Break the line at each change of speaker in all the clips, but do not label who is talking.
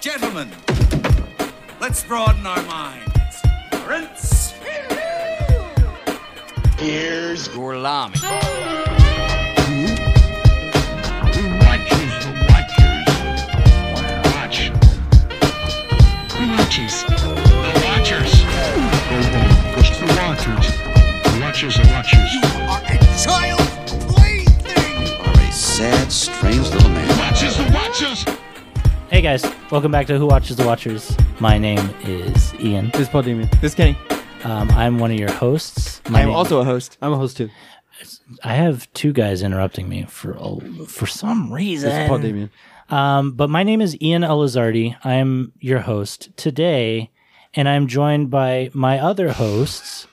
Gentlemen, let's broaden our minds. Lawrence.
Here's Gorlami.
Watches the Watchers. Watch. The Watchers. The Watchers. Go home. Go to the Watchers. The Watchers are Watchers.
Are a sad, strange little man.
Watchers the Watchers.
Hey guys, welcome back to Who Watches the Watchers. My name is Ian.
This is Paul Damien. This is Kenny.
Um, I'm one of your hosts. My
I'm
name-
also a host. I'm a host too.
I have two guys interrupting me for a, for some reason.
This is Paul Damien.
Um, but my name is Ian Elizardi. I'm your host today, and I'm joined by my other hosts,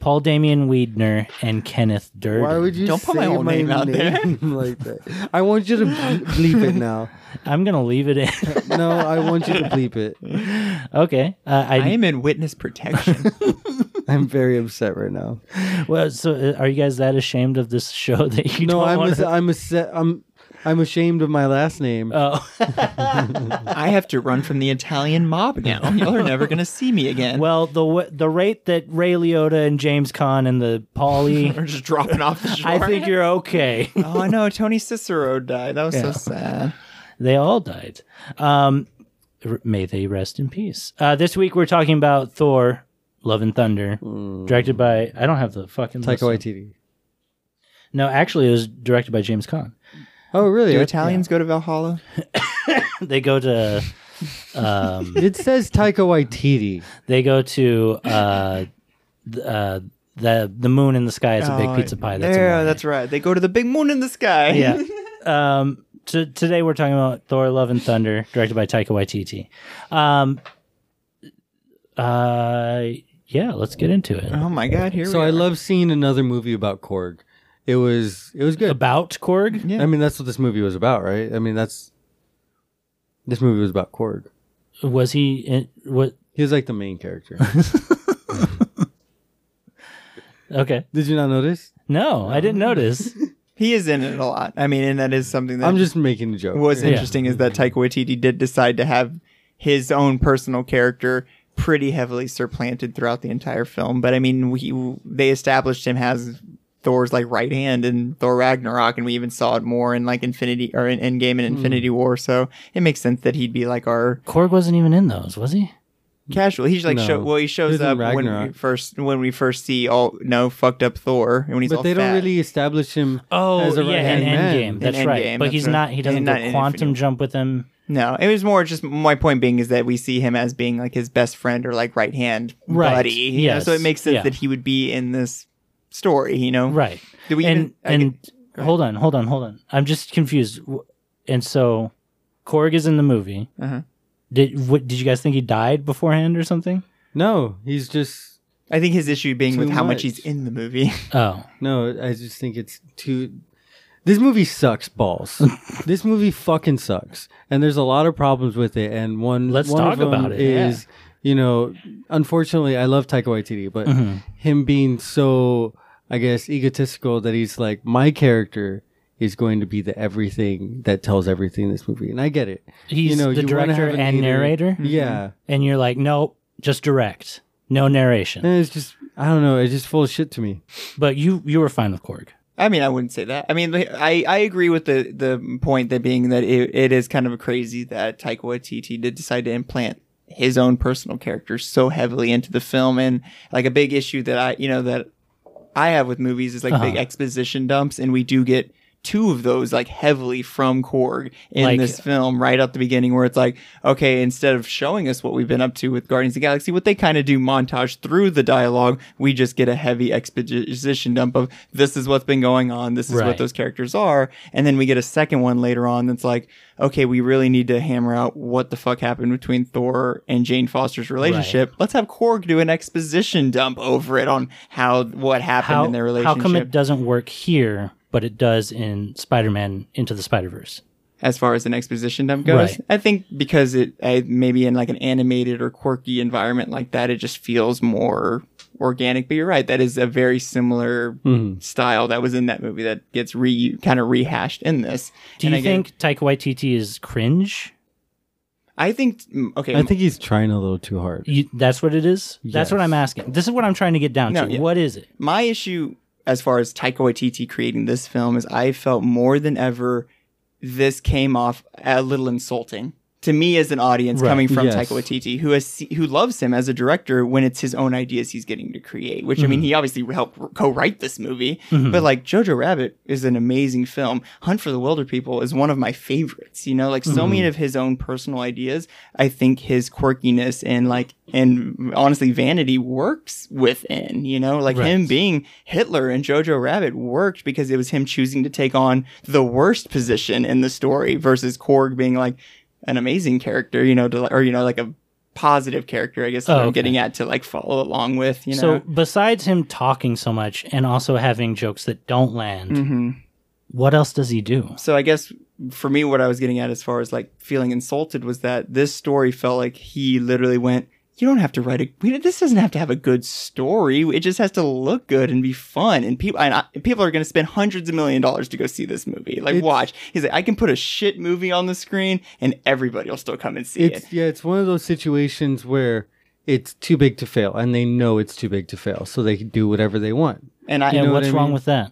Paul Damien Weedner and Kenneth Durden.
Why would you
Don't put my
say
whole name out there.
name like that? I want you to bleep it now.
I'm gonna leave it in.
No, I want you to bleep it.
okay. Uh, I,
I am in witness protection.
I'm very upset right now.
well, so uh, are you guys that ashamed of this show that you
No,
don't
I'm
want
ass- I'm ass- I'm I'm ashamed of my last name.
Uh,
Oh.
I have to run from the Italian mob now. Y'all are never gonna see me again.
Well, the w- the rate that Ray Liotta and James Caan and the
we're
Paulie,
just dropping off the shore.
I think you're okay.
Oh no, Tony Cicero died. That was so sad.
they all died. Um, r- may they rest in peace. Uh, this week we're talking about Thor: Love and Thunder, directed by I don't have the fucking
Taika
list.
Waititi.
No, actually, it was directed by James Caan.
Oh, really?
Do Italians go to Valhalla?
They go to
It says Taika Waititi.
they go to uh, th- uh, the the moon in the sky is a big pizza pie. That's a
yeah,
lie.
Oh, that's right. They go to the big moon in the sky.
yeah. Um, to, today we're talking about Thor: Love and Thunder, directed by Taika Waititi. Um, uh, yeah, let's get into it.
Oh my God! Here
So
we
I
are.
love seeing another movie about Korg. It was it was good.
About Korg,
Yeah.
I mean, that's what this movie was about, right? I mean, that's this movie was about Korg.
was he? In, what?
He was like the main character.
Okay,
Did you not notice?
no, I didn't notice.
He is in it a lot. I mean, and that is something that
I'm just making a joke.
was interesting is that Taika Waititi did decide to have his own personal character pretty heavily supplanted throughout the entire film. But I mean, we, they established him as Thor's like right hand in Thor Ragnarok, and we even saw it more in like Infinity or in Endgame and
Hmm.
Infinity War. So it makes sense that he'd be like our
Korg wasn't even in those, was he?
casual. He's like
No.
show, well, he
He
shows
was in
up when we
Ragnarok.
first when we first see all no fucked up Thor, and when he's
but
all
they don't
fat.
really establish him. as a
Oh, yeah,
right-hand
in
man.
Endgame. That's right.
Endgame,
but
that's
he's
right.
not. He doesn't
And
do
not in
quantum
Infinity
jump with him.
No, it was more just my point being is that we see him as being like his best friend or like right hand
Right,
buddy. You know, So
yes,
it makes sense
yeah.
that he would be in this story, you know?
Right.
Do we
and
even- I
and hold on, hold on, hold on. I'm just confused. W- And so, Korg is in the movie.
Uh-huh.
Did what, did you guys think he died beforehand or something?
No, he's just
I think his issue being
Too
with how much.
much.
he's in the movie.
Oh,
no. I just think it's too. This movie sucks balls. this movie fucking sucks, and there's a lot of problems with it. And one
Let's
one of
talk about
them
it, yeah.
Is you know, unfortunately, I love Taika Waititi, but
Mm-hmm.
him being so, I guess, egotistical that he's like, my character is going to be the everything that tells everything in this movie, and I get it.
he's the
wanna
director
have an
and
leader.
narrator. Mm-hmm.
Yeah.
And you're like, nope, just direct, no narration.
And Eh, it's just I don't know. It's just full of shit to me.
But you you were fine with Korg.
I mean, I wouldn't say that. I mean, I, I agree with the, the point that being that it, it is kind of crazy that Taika Waititi did decide to implant his own personal character so heavily into the film. And like a big issue that I, you know, that I have with movies is like big exposition dumps. And we do get two of those like heavily from Korg in
Like-
this film right at the beginning where it's like, okay, instead of showing us what we've been up to with Guardians of the Galaxy, what they kind of do montage through the dialogue, we just get a heavy exposition dump of this is what's been going on, this is
Right.
what those characters are. And then we get a second one later on that's like, okay, we really need to hammer out what the fuck happened between Thor and Jane Foster's relationship. Let's have Korg do an exposition dump over it on how what happened
How
in their
how
relationship.
come it doesn't work here, but it does in Spider-Man Into the Spider-Verse?
as far as an exposition dump goes.
Right.
I think because it I, maybe in like an animated or quirky environment like that, it just feels more organic. But you're right, that is a very similar
Hmm.
style that was in that movie that gets re kind of rehashed in this.
Do
And
you
again-
think Taika Waititi is cringe?
I think mm, okay.
I think he's trying a little too hard.
You, that's what it is. That's what
Yes.
I'm asking. This is what I'm trying to get down
No,
to.
yeah.
What is it?
my issue as far as Taika Waititi creating this film is I felt more than ever this came off a little insulting to me as an audience
Right,
coming from
yes.
Taika Waititi who has who loves him as a director when it's his own ideas he's getting to create which I mean he obviously helped co-write this movie but like Jojo Rabbit is an amazing film Hunt for the Wilder People is one of my favorites you know like so many of his own personal ideas I think his quirkiness and like and honestly vanity works within you know like him being Hitler and Jojo Rabbit worked because it was him choosing to take on the worst position in the story versus Korg being like an amazing character, you know, to, like- or you know, like a positive character. I guess is
Oh,
what I'm
okay.
getting at to like follow along with, you know.
So besides him talking so much and also having jokes that don't land,
Mm-hmm.
what else does he do?
so I guess for me, what I was getting at as far as like feeling insulted was that this story felt like he literally went, "You don't have to write a. We, this doesn't have to have a good story. It just has to look good and be fun. And people, and I, people are going to spend hundreds of million dollars to go see this movie. Like,
It's-
watch. He's like, I can put a shit movie on the screen, and everybody will still come and see
It's
it.
yeah, it's one of those situations where it's too big to fail, and they know it's too big to fail, so they can do whatever they want.
And I,
yeah,
know what
what's
I
wrong
mean?
with that?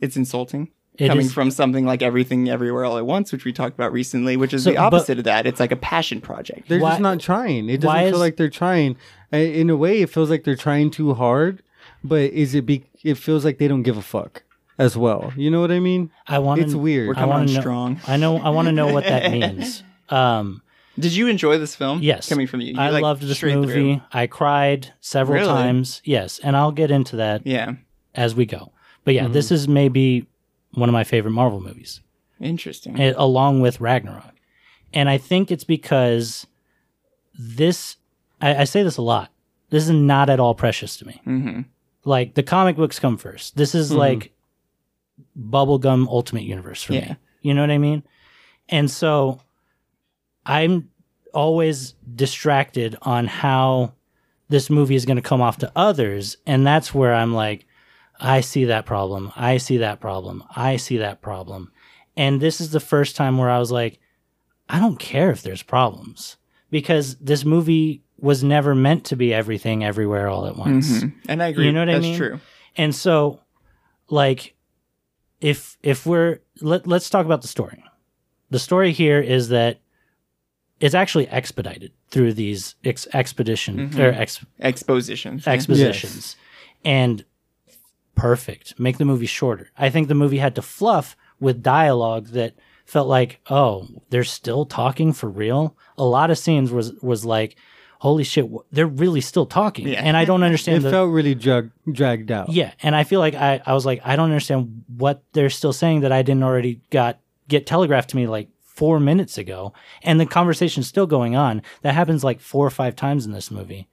it's insulting.
It
coming
is-
from something like everything everywhere all at once, which we talked about recently, which is
So,
the
but-
opposite of that. It's like a passion project.
They're
Why-
just not trying. It doesn't
why
feel
is-
like they're trying. I- In a way, it feels like they're trying too hard, but is it? Be- it feels like they don't give a fuck as well. You know what I mean?
I want.
It's weird. We're
I
coming
wanna
on
know-
strong.
I know. I want to know what that means. Um,
Did you enjoy this film?
yes,
coming from you, You,
I
like,
loved this
straight
movie.
through.
I cried several
Really?
times. Yes, and I'll get into that
Yeah, Mm-hmm.
as we go. But yeah, this is maybe one of my favorite Marvel movies.
interesting.
it, eh, along with Ragnarok. And I think it's because this, I, I say this a lot. This is not at all precious to me.
hmm
Like the comic books come first. This is like bubblegum ultimate universe for
Yeah.
me. You know what I mean? And so I'm always distracted on how this movie is going to come off to others. And that's where I'm like, I see that problem. I see that problem. I see that problem. And this is the first time where I was like, I don't care if there's problems because this movie was never meant to be everything everywhere all at once.
Mm-hmm. And I agree.
You know what I
That's
mean?
true.
And so like if if we're let, let's talk about the story. The story here is that it's actually expedited through these ex- expedition
Mm-hmm.
or ex-
Exposition.
expositions and perfect make the movie shorter i think the movie had to fluff with dialogue that felt like oh they're still talking for real a lot of scenes was was like holy shit wh- they're really still talking
Yeah.
and i don't
It
understand the,
felt really drug- dragged out.
yeah and i feel like I, I was like i don't understand what they're still saying that i didn't already got get telegraphed to me like four minutes ago and the conversation's still going on that happens like four or five times in this movie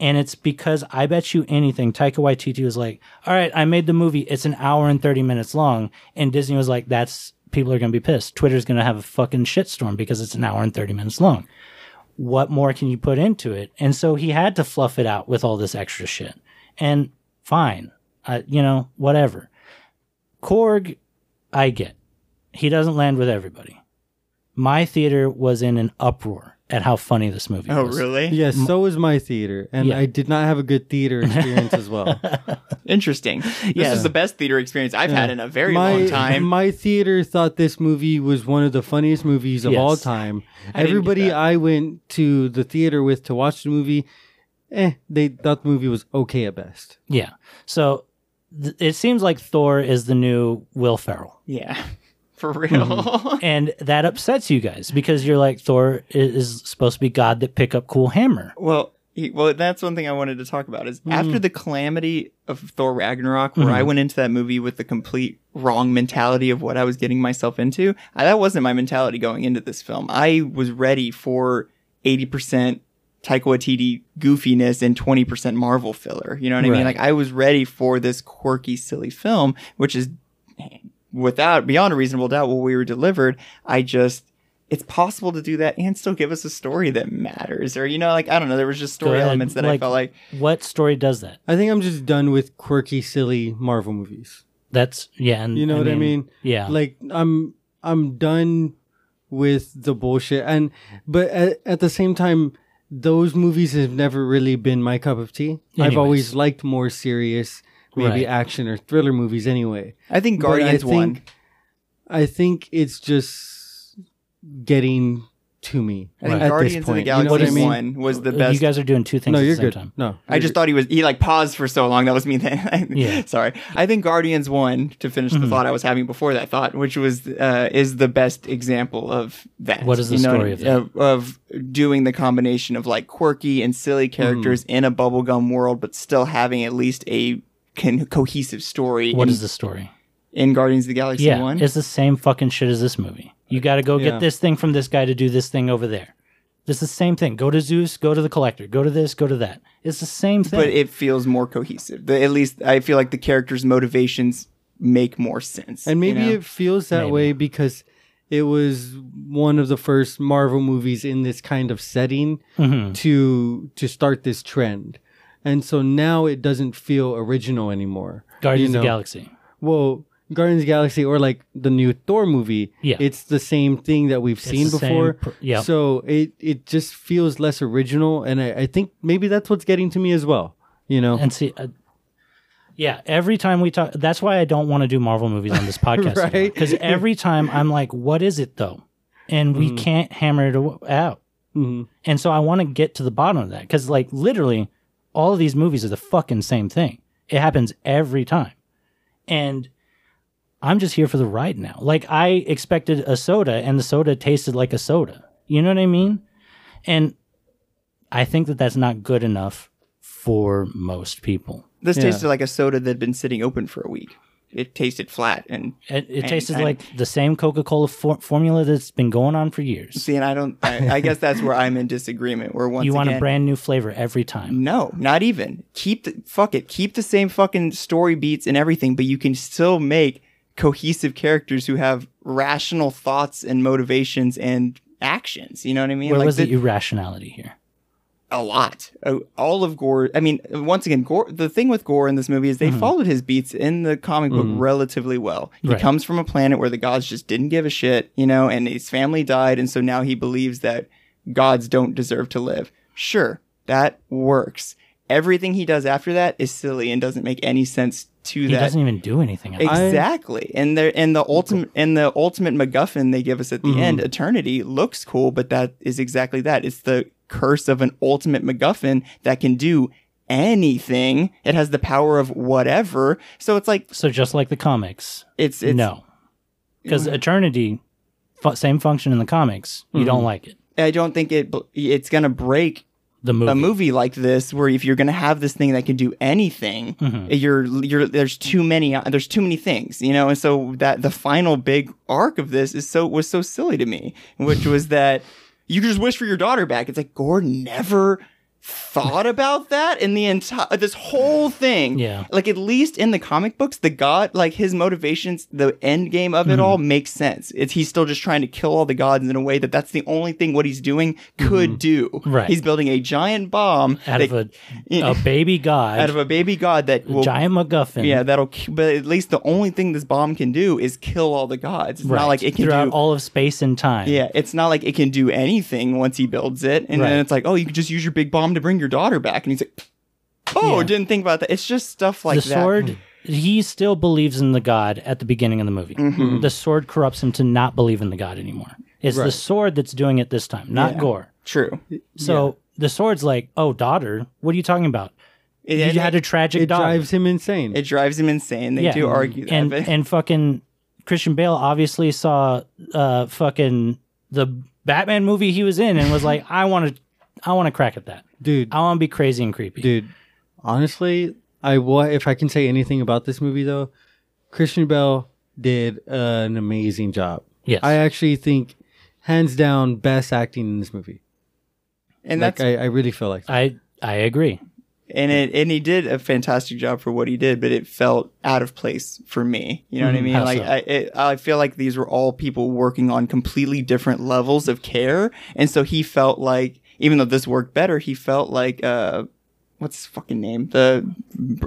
and it's because I bet you anything, Taika Waititi was like, "All right, I made the movie. It's an hour and thirty minutes long." And Disney was like, "That's people are going to be pissed. Twitter's going to have a fucking shitstorm because it's an hour and thirty minutes long. What more can you put into it?" And so he had to fluff it out with all this extra shit. And fine, I, you know, whatever. Korg, I get. He doesn't land with everybody. My theater was in an uproar at how funny this movie
Oh,
was.
really?
Yes, so was my theater, and
Yeah.
I did not have a good theater experience as well.
Interesting. This is the best theater experience I've had in a very
my,
long time.
My theater thought this movie was one of the funniest movies of
Yes.
all time.
didn't get
Everybody
that.
I went to the theater with to watch the movie, eh, they thought the movie was okay at best.
Yeah. So th- it seems like Thor is the new Will Ferrell.
yeah, for real.
And that upsets you guys because you're like, Thor i- is supposed to be God that pick up cool hammer.
Well, he, well, that's one thing I wanted to talk about is after the calamity of Thor Ragnarok, where I went into that movie with the complete wrong mentality of what I was getting myself into. I, that wasn't my mentality going into this film. I was ready for eighty percent Taika Waititi goofiness and twenty percent Marvel filler. You know what I mean?
Right.
Like I was ready for this quirky, silly film, which is without beyond a reasonable doubt what we were delivered i just it's possible to do that and still give us a story that matters or you know like i don't know there was just
Go
story
ahead.
elements that i felt like
What story does that?
I think I'm just done with quirky, silly Marvel movies.
That's, yeah. And,
You know what I mean?
Yeah.
Like I'm I'm done with the bullshit, and but at, at the same time, those movies have never really been my cup of tea. I've
Anyways.
always liked more serious, maybe
Right.
action or thriller movies. Anyway,
I think
But I
Guardians won.
think- I think it's just getting to me
I think
at
Guardians
this
of the
point.
Galaxy
you know what I mean?
one was the best.
You guys are doing two things
No,
at
you're
the same time.
good. No,
I just thought he was he like paused for so long. That was me then.
Yeah. Mm-hmm.
Sorry. I think Guardians one to finish the thought I was having before that thought, which was uh, is the best example of that.
What is the
You know,
story of that?
Of, of doing the combination of like quirky and silly characters
Mm.
in a bubblegum world, but still having at least a con- cohesive story.
What
in,
is the story?
in Guardians of the Galaxy
Yeah,
one?
it's the same fucking shit as this movie. You got to go
Yeah.
get this thing from this guy to do this thing over there. It's the same thing. Go to Zeus. Go to the Collector. Go to this. Go to that. It's the same thing.
but it feels more cohesive. The, at least I feel like the characters' motivations make more sense.
And
you
maybe
know?
it feels that
Maybe.
way because it was one of the first Marvel movies in this kind of setting
Mm-hmm.
to to start this trend. And so now it doesn't feel original anymore.
Guardians
you
of
know?
the Galaxy.
Well, Guardians of the Galaxy or like the new Thor movie,
Yeah.
it's the same thing that we've seen
the same
before.
pr- yeah.
So it it just feels less original and I, I think maybe that's what's getting to me as well. You know?
And see, uh, yeah, every time we talk, that's why I don't want to do Marvel movies on this podcast.
Right?
Because every time I'm like, what is it though? And
Mm.
we can't hammer it aw- out.
Mhm.
And so I want to get to the bottom of that. Because, like, literally, all of these movies are the fucking same thing. It happens every time. And I'm just here for the ride now. Like, I expected a soda, and the soda tasted like a soda. You know what I mean? And I think that that's not good enough for most people.
This
Yeah.
tasted like a soda that had been sitting open for a week. It tasted flat, and
It, it
And-
tasted
and-
like the same Coca Cola for- formula that's been going on for years.
see, and I don't. I, I guess that's where I'm in disagreement. Where once
You want
again,
a brand new flavor every time.
No, not even keep the fuck it. Keep the same fucking story beats and everything, but you can still make cohesive characters who have rational thoughts and motivations and actions. You know what I mean?
Where
Like
was
the-
the irrationality here?
a lot. Uh, All of Gore. I mean, once again, Gore. The thing with Gore in this movie is they
Mm-hmm.
followed his beats in the comic book relatively well. He
Right.
comes from a planet where the gods just didn't give a shit, you know, and his family died, and so now he believes that gods don't deserve to live. Sure, that works. Everything he does after that is silly and doesn't make any sense to
He
that.
doesn't even do anything. else.
Exactly, and the and the ultimate and the ultimate MacGuffin they give us at the end, Eternity, looks cool, but that is exactly that. It's the curse of an ultimate MacGuffin that can do anything. It has the power of whatever. So it's like
So just like the comics,
it's Mm-hmm. it's
no, because eternity, fu- same function in the comics. You
Mm-hmm.
don't like it.
I don't think it it's gonna break
The movie.
a movie like this where if you're going to have this thing that can do anything
Mm-hmm.
you're you're there's too many there's too many things you know and so that the final big arc of this is so was so silly to me which was that you just wish for your daughter back it's like gore never thought about that in the entire this whole thing
Yeah.
like at least in the comic books the god like his motivations the end game
Hmm.
of it all makes sense it's he's still just trying to kill all the gods in a way that that's the only thing what he's doing could do
Hmm. Right.
he's building a giant bomb
Out
that-
of a,
Yeah.
a baby god,
out of a baby god that will
giant MacGuffin.
yeah that'll ki- but at least the only thing this bomb can do is kill all the gods it's
right,
not like it can
throughout
do
all of space and time.
yeah it's not like it can do anything once he builds it and
Right.
then it's like oh you can just use your big bomb to bring your daughter back and he's like oh
Yeah.
didn't think about that it's just stuff like
the
that Hmm.
sword he still believes in the god at the beginning of the movie
Mm-hmm.
the sword corrupts him to not believe in the god anymore it's the sword that's doing it this time not
Yeah.
gore
true
so the sword's like oh daughter what are you talking about
It-
you
and
had
it,
a tragic
It
daughter
drives him insane.
it drives him insane they do argue that
and
but
and fucking christian bale obviously saw uh fucking the batman movie he was in and was like i want to i want to crack at that
Dude,
i want to be crazy and creepy
dude honestly i wa if i can say anything about this movie though christian bell did an amazing job
yes
i actually think hands down best acting in this movie
and
like
that's
I, I really feel like that.
i i agree
and it and he did a fantastic job for what he did, but it felt out of place for me. You know what I mean?
Mm, how
Like
so?
I, it, I feel like these were all people working on completely different levels of care, and so he felt like even though this worked better, he felt like uh, what's his fucking name? The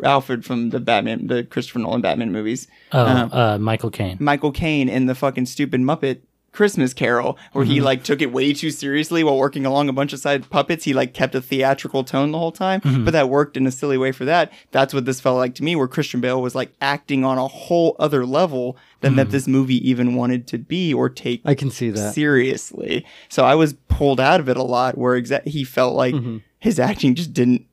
Alfred from the Batman, the Christopher Nolan Batman movies,
oh uh michael caine
Michael Caine in the fucking stupid Muppet Christmas Carol, where
Mm-hmm.
he like took it way too seriously while working along a bunch of side puppets. He like kept a theatrical tone the whole time,
Mm-hmm.
but that worked in a silly way for that. That's what this felt like to me, where Christian Bale was like acting on a whole other level than that this movie even wanted to be or take
Mm-hmm. I can see that.
seriously. So I was pulled out of it a lot where exa- he felt like his acting just didn't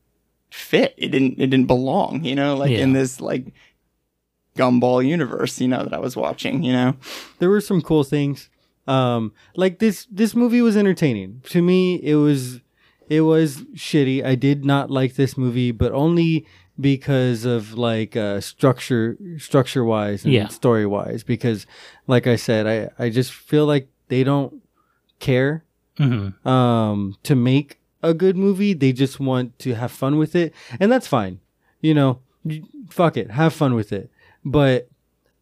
fit. It didn't it didn't belong, you know, like in
Yeah.
this like gumball universe, you know, that I was watching, you know.
there were some cool things. Um, like this this movie was entertaining to me. It was it was shitty. I did not like this movie, but only because of like uh, structure structure wise and
Yeah.
story wise. Because like I said, I I just feel like they don't care
hmm
um, to make a good movie. They just want to have fun with it, and that's fine. You know, y- fuck it, have fun with it. But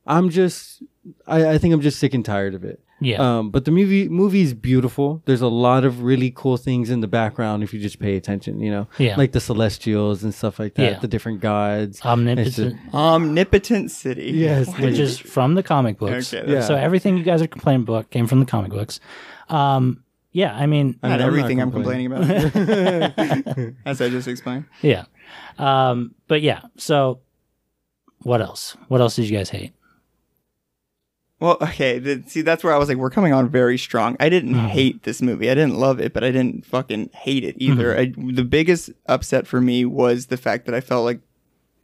I'm just, I, I think I'm just sick and tired of it.
Yeah.
Um, but the movie movie's beautiful. There's a lot of really cool things in the background if you just pay attention. You know,
Yeah.
like the celestials and stuff like that,
Yeah.
the different gods. It's
Omnipotent,
just-
Omnipotent Um, City.
Yes,
which is from the comic books.
Okay,
yeah.
So everything you guys are complaining about came from the comic books. Um, yeah, I mean,
I mean, I'm
Not
not
everything I'm complaining about. As I just explained.
yeah. Um, but yeah, so what else? What else did you guys hate?
Well, okay. th- see, that's where I was like, we're coming on very strong. I didn't hate this movie. I didn't love it, but I didn't fucking hate it either. I, the biggest upset for me was the fact that I felt like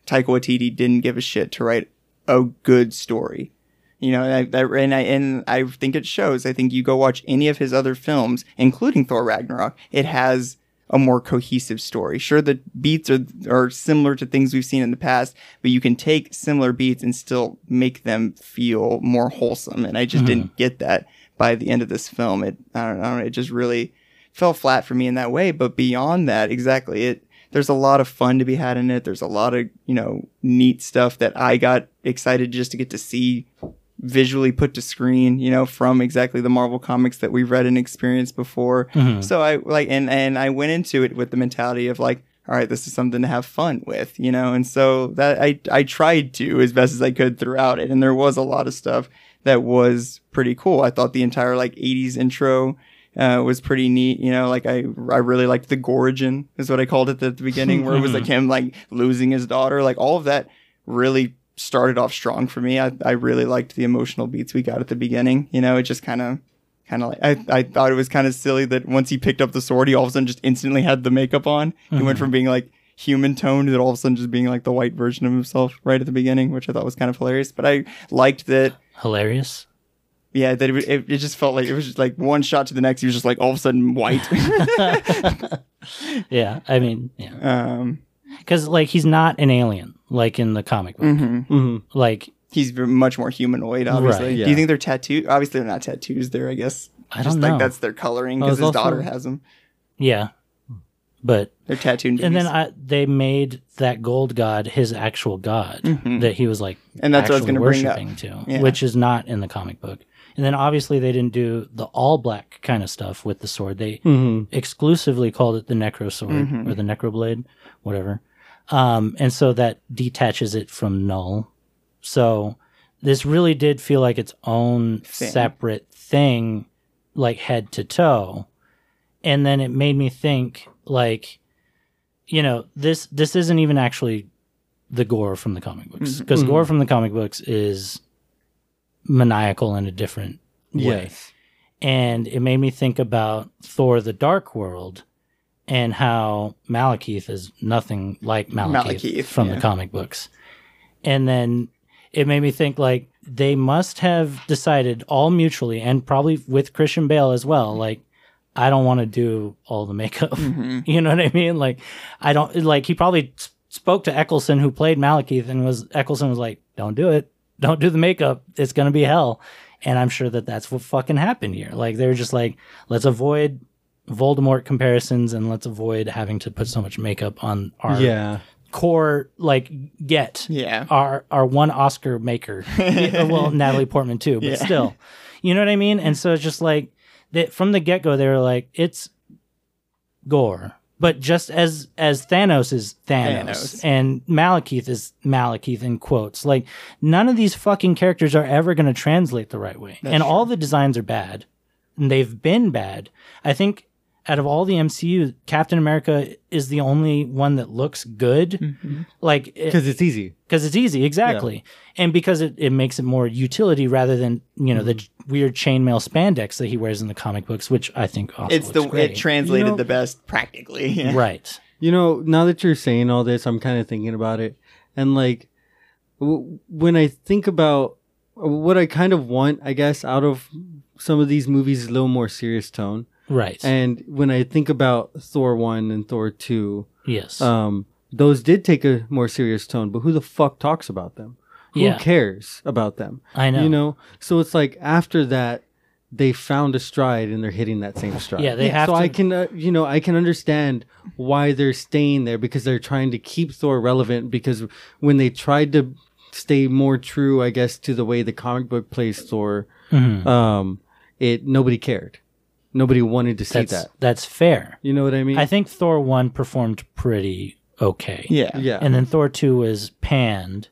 Taika Waititi didn't give a shit to write a good story. You know, and I, I, and I and I think it shows. I think you go watch any of his other films, including Thor Ragnarok, it has a more cohesive story. Sure, the beats are are similar to things we've seen in the past, but you can take similar beats and still make them feel more wholesome. And I just didn't get that by the end of this film. It I don't, I don't know. It just really fell flat for me in that way. But beyond that, exactly, it there's a lot of fun to be had in it. There's a lot of you know neat stuff that I got excited just to get to see visually put to screen, you know, from exactly the Marvel comics that we've read and experienced before. So I like and and I went into it with the mentality of like, all right, this is something to have fun with, you know. And so that I I tried to as best as I could throughout it, and there was a lot of stuff that was pretty cool. I thought the entire like '80s intro. Uh, was pretty neat, you know. Like I, I really liked the Gorgon, is what I called it at the beginning, where it was like him like losing his daughter. Like all of that really started off strong for me. I, I really liked the emotional beats we got at the beginning. You know, it just kind of, kind of like, I, I thought it was kind of silly that once he picked up the sword, he all of a sudden just instantly had the makeup on. He
Mm-hmm.
went from being like human toned to all of a sudden just being like the white version of himself right at the beginning, which I thought was kind of hilarious. But I liked that.
Hilarious.
Yeah, that it, it, it just felt like it was just like one shot to the next. He was just like all of a sudden white.
Yeah, I mean, yeah,
um,
because like he's not an alien like in the comic book.
mhm.
Mm-hmm.
Like
he's v- much more humanoid, obviously.
Right,
Do you
yeah.
think they're tattooed? Obviously, they're not tattoos. They're, I guess,
I
just
don't
like
know. Oh,
that's their coloring
I
because
was
his
also-
daughter has them.
yeah, but
They're tattooed.
and then
babies.
I, they made that gold god his actual god that he was like
Mm-hmm. And that's what I was
actually
gonna bring up.
worshiping to,
Yeah.
which is not in the comic book. And then obviously they didn't do the all black kind of stuff with the sword. They
Mm-hmm.
exclusively called it the necro sword or the necroblade, whatever. Um, and so that detaches it from null. So this really did feel like its own separate thing, like head to toe. And then it made me think like, you know, this this isn't even actually the gore from the comic books because gore from the comic books is maniacal in a different way
Yes.
and it made me think about Thor: The Dark World and how Malekith is nothing like Malekith,
Malekith,
from
yeah.
the comic books. And then it made me think like they must have decided all mutually and probably with Christian Bale as well like I don't want to do all the makeup.
Mm-hmm.
You know what I mean? Like I don't like he probably s- spoke to Eccleston who played Malekith and was Eccleston was like don't do it. Don't do the makeup. It's going to be hell. And I'm sure that that's what fucking happened here. Like they were just like, let's avoid Voldemort comparisons and let's avoid having to put so much makeup on our
Yeah.
core like get
Yeah.
our our one Oscar maker. Yeah, well, Natalie Portman too, but still, you know what I mean. And so it's just like that from the get go, they were like, it's gore. But just as as Thanos is Thanos,
Thanos.
and Malekith is Malekith in quotes, like none of these fucking characters are ever going to translate the right way. and all the designs are bad. And they've been bad. I think out of all the MCU, Captain America is the only one that looks good.
Mm-hmm.
Like it-
because it's easy.
because it's easy exactly and because it, it makes it more utility rather than you know the j-
Mm-hmm.
weird chainmail spandex that he wears in the comic books which i think also
It's the
looks great.
it translated
You know-
the best practically. Yeah.
right
You know, now that you're saying all this, I'm kind of thinking about it. And like, w- when I think about what I kind of want, I guess, out of some of these movies, is a little more serious tone.
right
And when I think about Thor 1 and Thor 2,
yes
um, those did take a more serious tone, but who the fuck talks about them? Who
Yeah.
cares about them?
I know.
You know? So it's like after that, they found a stride and they're hitting that same stride.
Yeah, they have
so
to-
I can, uh, you know, I can understand why they're staying there because they're trying to keep Thor relevant because when they tried to stay more true, I guess, to the way the comic book plays Thor,
Mm-hmm.
um, it nobody cared. Nobody wanted to see
that's
that.
that's fair
You know what I mean?
i think thor 1 performed pretty okay
Yeah.
yeah.
and then thor 2 was panned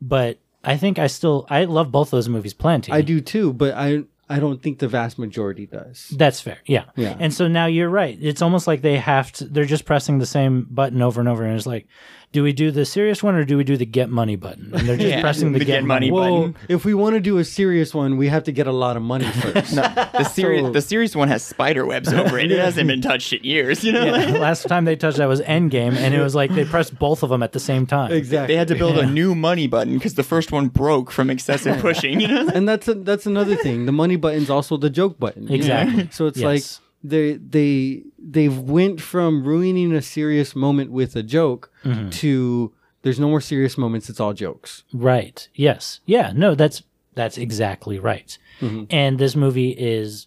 but i think i still i love both those movies plenty
I do too, but I I don't think the vast majority does.
That's fair. Yeah.
Yeah.
And so now you're right. It's almost like they have to, they're just pressing the same button over and over. And it's like, do we do the serious one or do we do the get money button? And they're just
Yeah,
pressing the, get, money, button.
Well, if we want to do a serious one, we have to get a lot of money first.
The series the series one has spider webs over it. It hasn't been touched in years. You know, Like,
Last time they touched that was Endgame. And it was like they pressed both of them at the same time.
exactly.
they had to build a new money button because the first one broke from excessive pushing. You know,
Mm.
Like,
and that's a, that's another thing. The money button's also the joke button. you know?
Exactly.
So it's
Yes.
like they they they went from ruining a serious moment with a joke
Mm-hmm.
to there's no more serious moments. It's all jokes.
Right. Yes. Yeah. No, that's, that's exactly right. And this movie is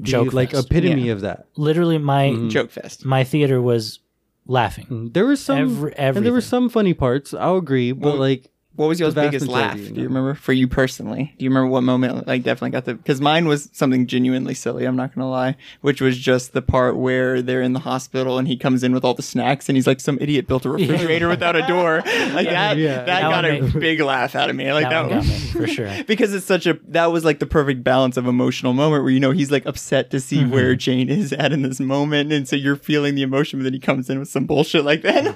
joke.
The, like
fest.
epitome of that.
literally my,
joke fest.
my theater was laughing.
Mm-hmm. There was some
Every-
and there
everything.
were some funny parts. I'll agree, but
Well,
like
What was your
The vast
biggest laugh?
majority, you
Do you
know.
remember for you personally? Do you remember what moment like definitely got the? Because mine was something genuinely silly. I'm not gonna lie, which was just the part where they're in the hospital and he comes in with all the snacks and he's like, "Some idiot built a refrigerator without a door." Like that.
Yeah.
That,
That
got
one
a
made-
big laugh out of me. Like
That
that.
one got
was-
me for sure.
because it's such a that was like the perfect balance of emotional moment where you know he's like upset to see where Jane is at in this moment, and so you're feeling the emotion, but then he comes in with some bullshit like that.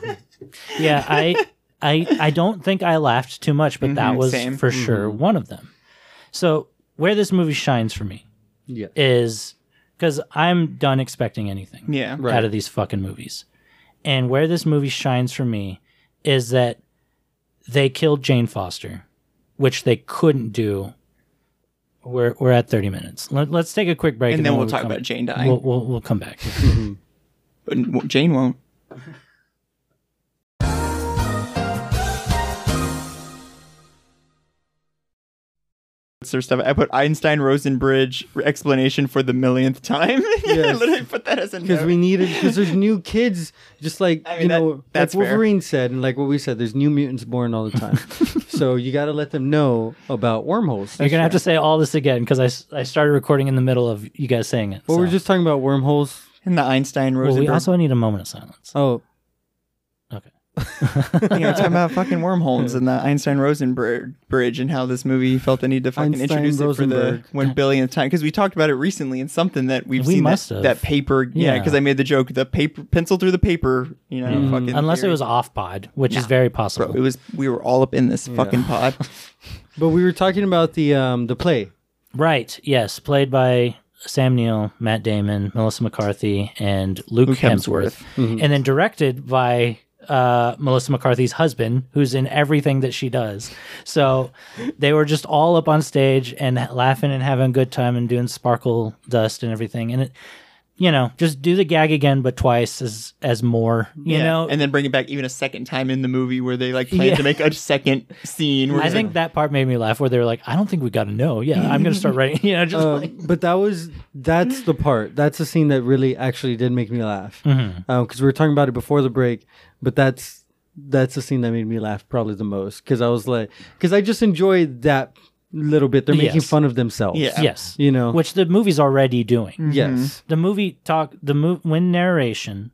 yeah, I, I, I don't think I laughed too much, but that
Mhm,
was
same.
for sure
Mm-hmm.
one of them. So where this movie shines for me
Yeah.
is because I'm done expecting anything
yeah,
Right.
out of these fucking movies, and where this movie shines for me is that they killed Jane Foster, which they couldn't do. We're we're at thirty minutes. Let, let's take a quick break,
And then we'll
we'll
talk
come-
about Jane dying.
We'll we'll, we'll come back.
but w- Jane won't. Sort of stuff. I put Einstein Rosenbridge explanation for the millionth time. I
Yes.
literally put that as a
because
note.
we needed because there's new kids just like
I mean,
you
that-
know
that's
like
fair.
wolverine said and like what we said there's new mutants born all the time so you got to let them know about wormholes
You're gonna have to say all this again because I, s- I started recording in the middle of you guys saying it.
well we're
so.
just talking about wormholes
and the Einstein
Well, we
Rosenberg.
also need a moment of silence.
oh
Okay.
you know, talking about fucking wormholes and the Einstein Rosenberg bridge and how this movie felt the need to fucking
Einstein
introduce it
Rosenberg.
for the one billionth time because we talked about it recently and something that we've
We
seen
must
that,
have.
that paper. Yeah,
Yeah. Mm.
because I made the joke the paper pencil through the paper. You know, Mm. fucking
Unless
theory.
it was off pod, which is very possible.
It was we were all up in this fucking pod.
but we were talking about the um the play
right. Yes. Played by Sam Neill, Matt Damon, Melissa McCarthy, and Luke,
Luke
Hemsworth.
Hemsworth.
And then directed by uh, Melissa McCarthy's husband, who's in everything that she does. So they were just all up on stage and laughing and having a good time and doing sparkle dust and everything. And it, you know, just do the gag again, but twice as as more. You
Yeah.
know,
and then bring it back even a second time in the movie where they like plan to make a second scene. Where
I
it's
think that part made me laugh where they were like, I don't think we got to know. Yeah, I'm going to start writing. You know, just
Um,
like,
but that was that's the part that's the scene that really actually did make me laugh because
Mm-hmm.
we were talking about it before the break but that's that's the scene that made me laugh probably the most because i was like because i just enjoyed that little bit they're making
Yes.
fun of themselves
Yeah.
yes. Mm-hmm.
you know Mm.
Which the movie's already doing.
yes
The movie talk, the mo- when narration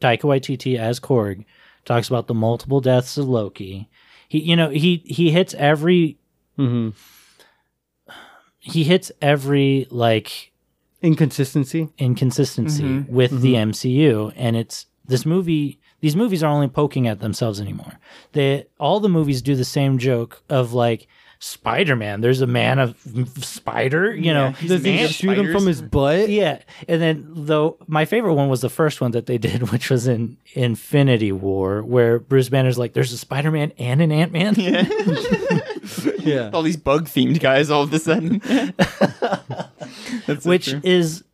Taika Waititi as Korg talks about the multiple deaths of Loki. He, you know, he he hits every
hmm
he hits every like
Inconsistency.
inconsistency with the MCU, and it's this movie. These movies are only poking at themselves anymore. They all the movies do the same joke of like Spider Man. There's a man of spider, you know.
Does he
man-
shoot him from his butt?
yeah, and then though my favorite one was the first one that they did, which was in Infinity War, where Bruce Banner's like, "There's a Spider Man and an Ant Man." Yeah.
Yeah.
all these bug themed guys all of a sudden. That's so
which
true. Mm-hmm.
is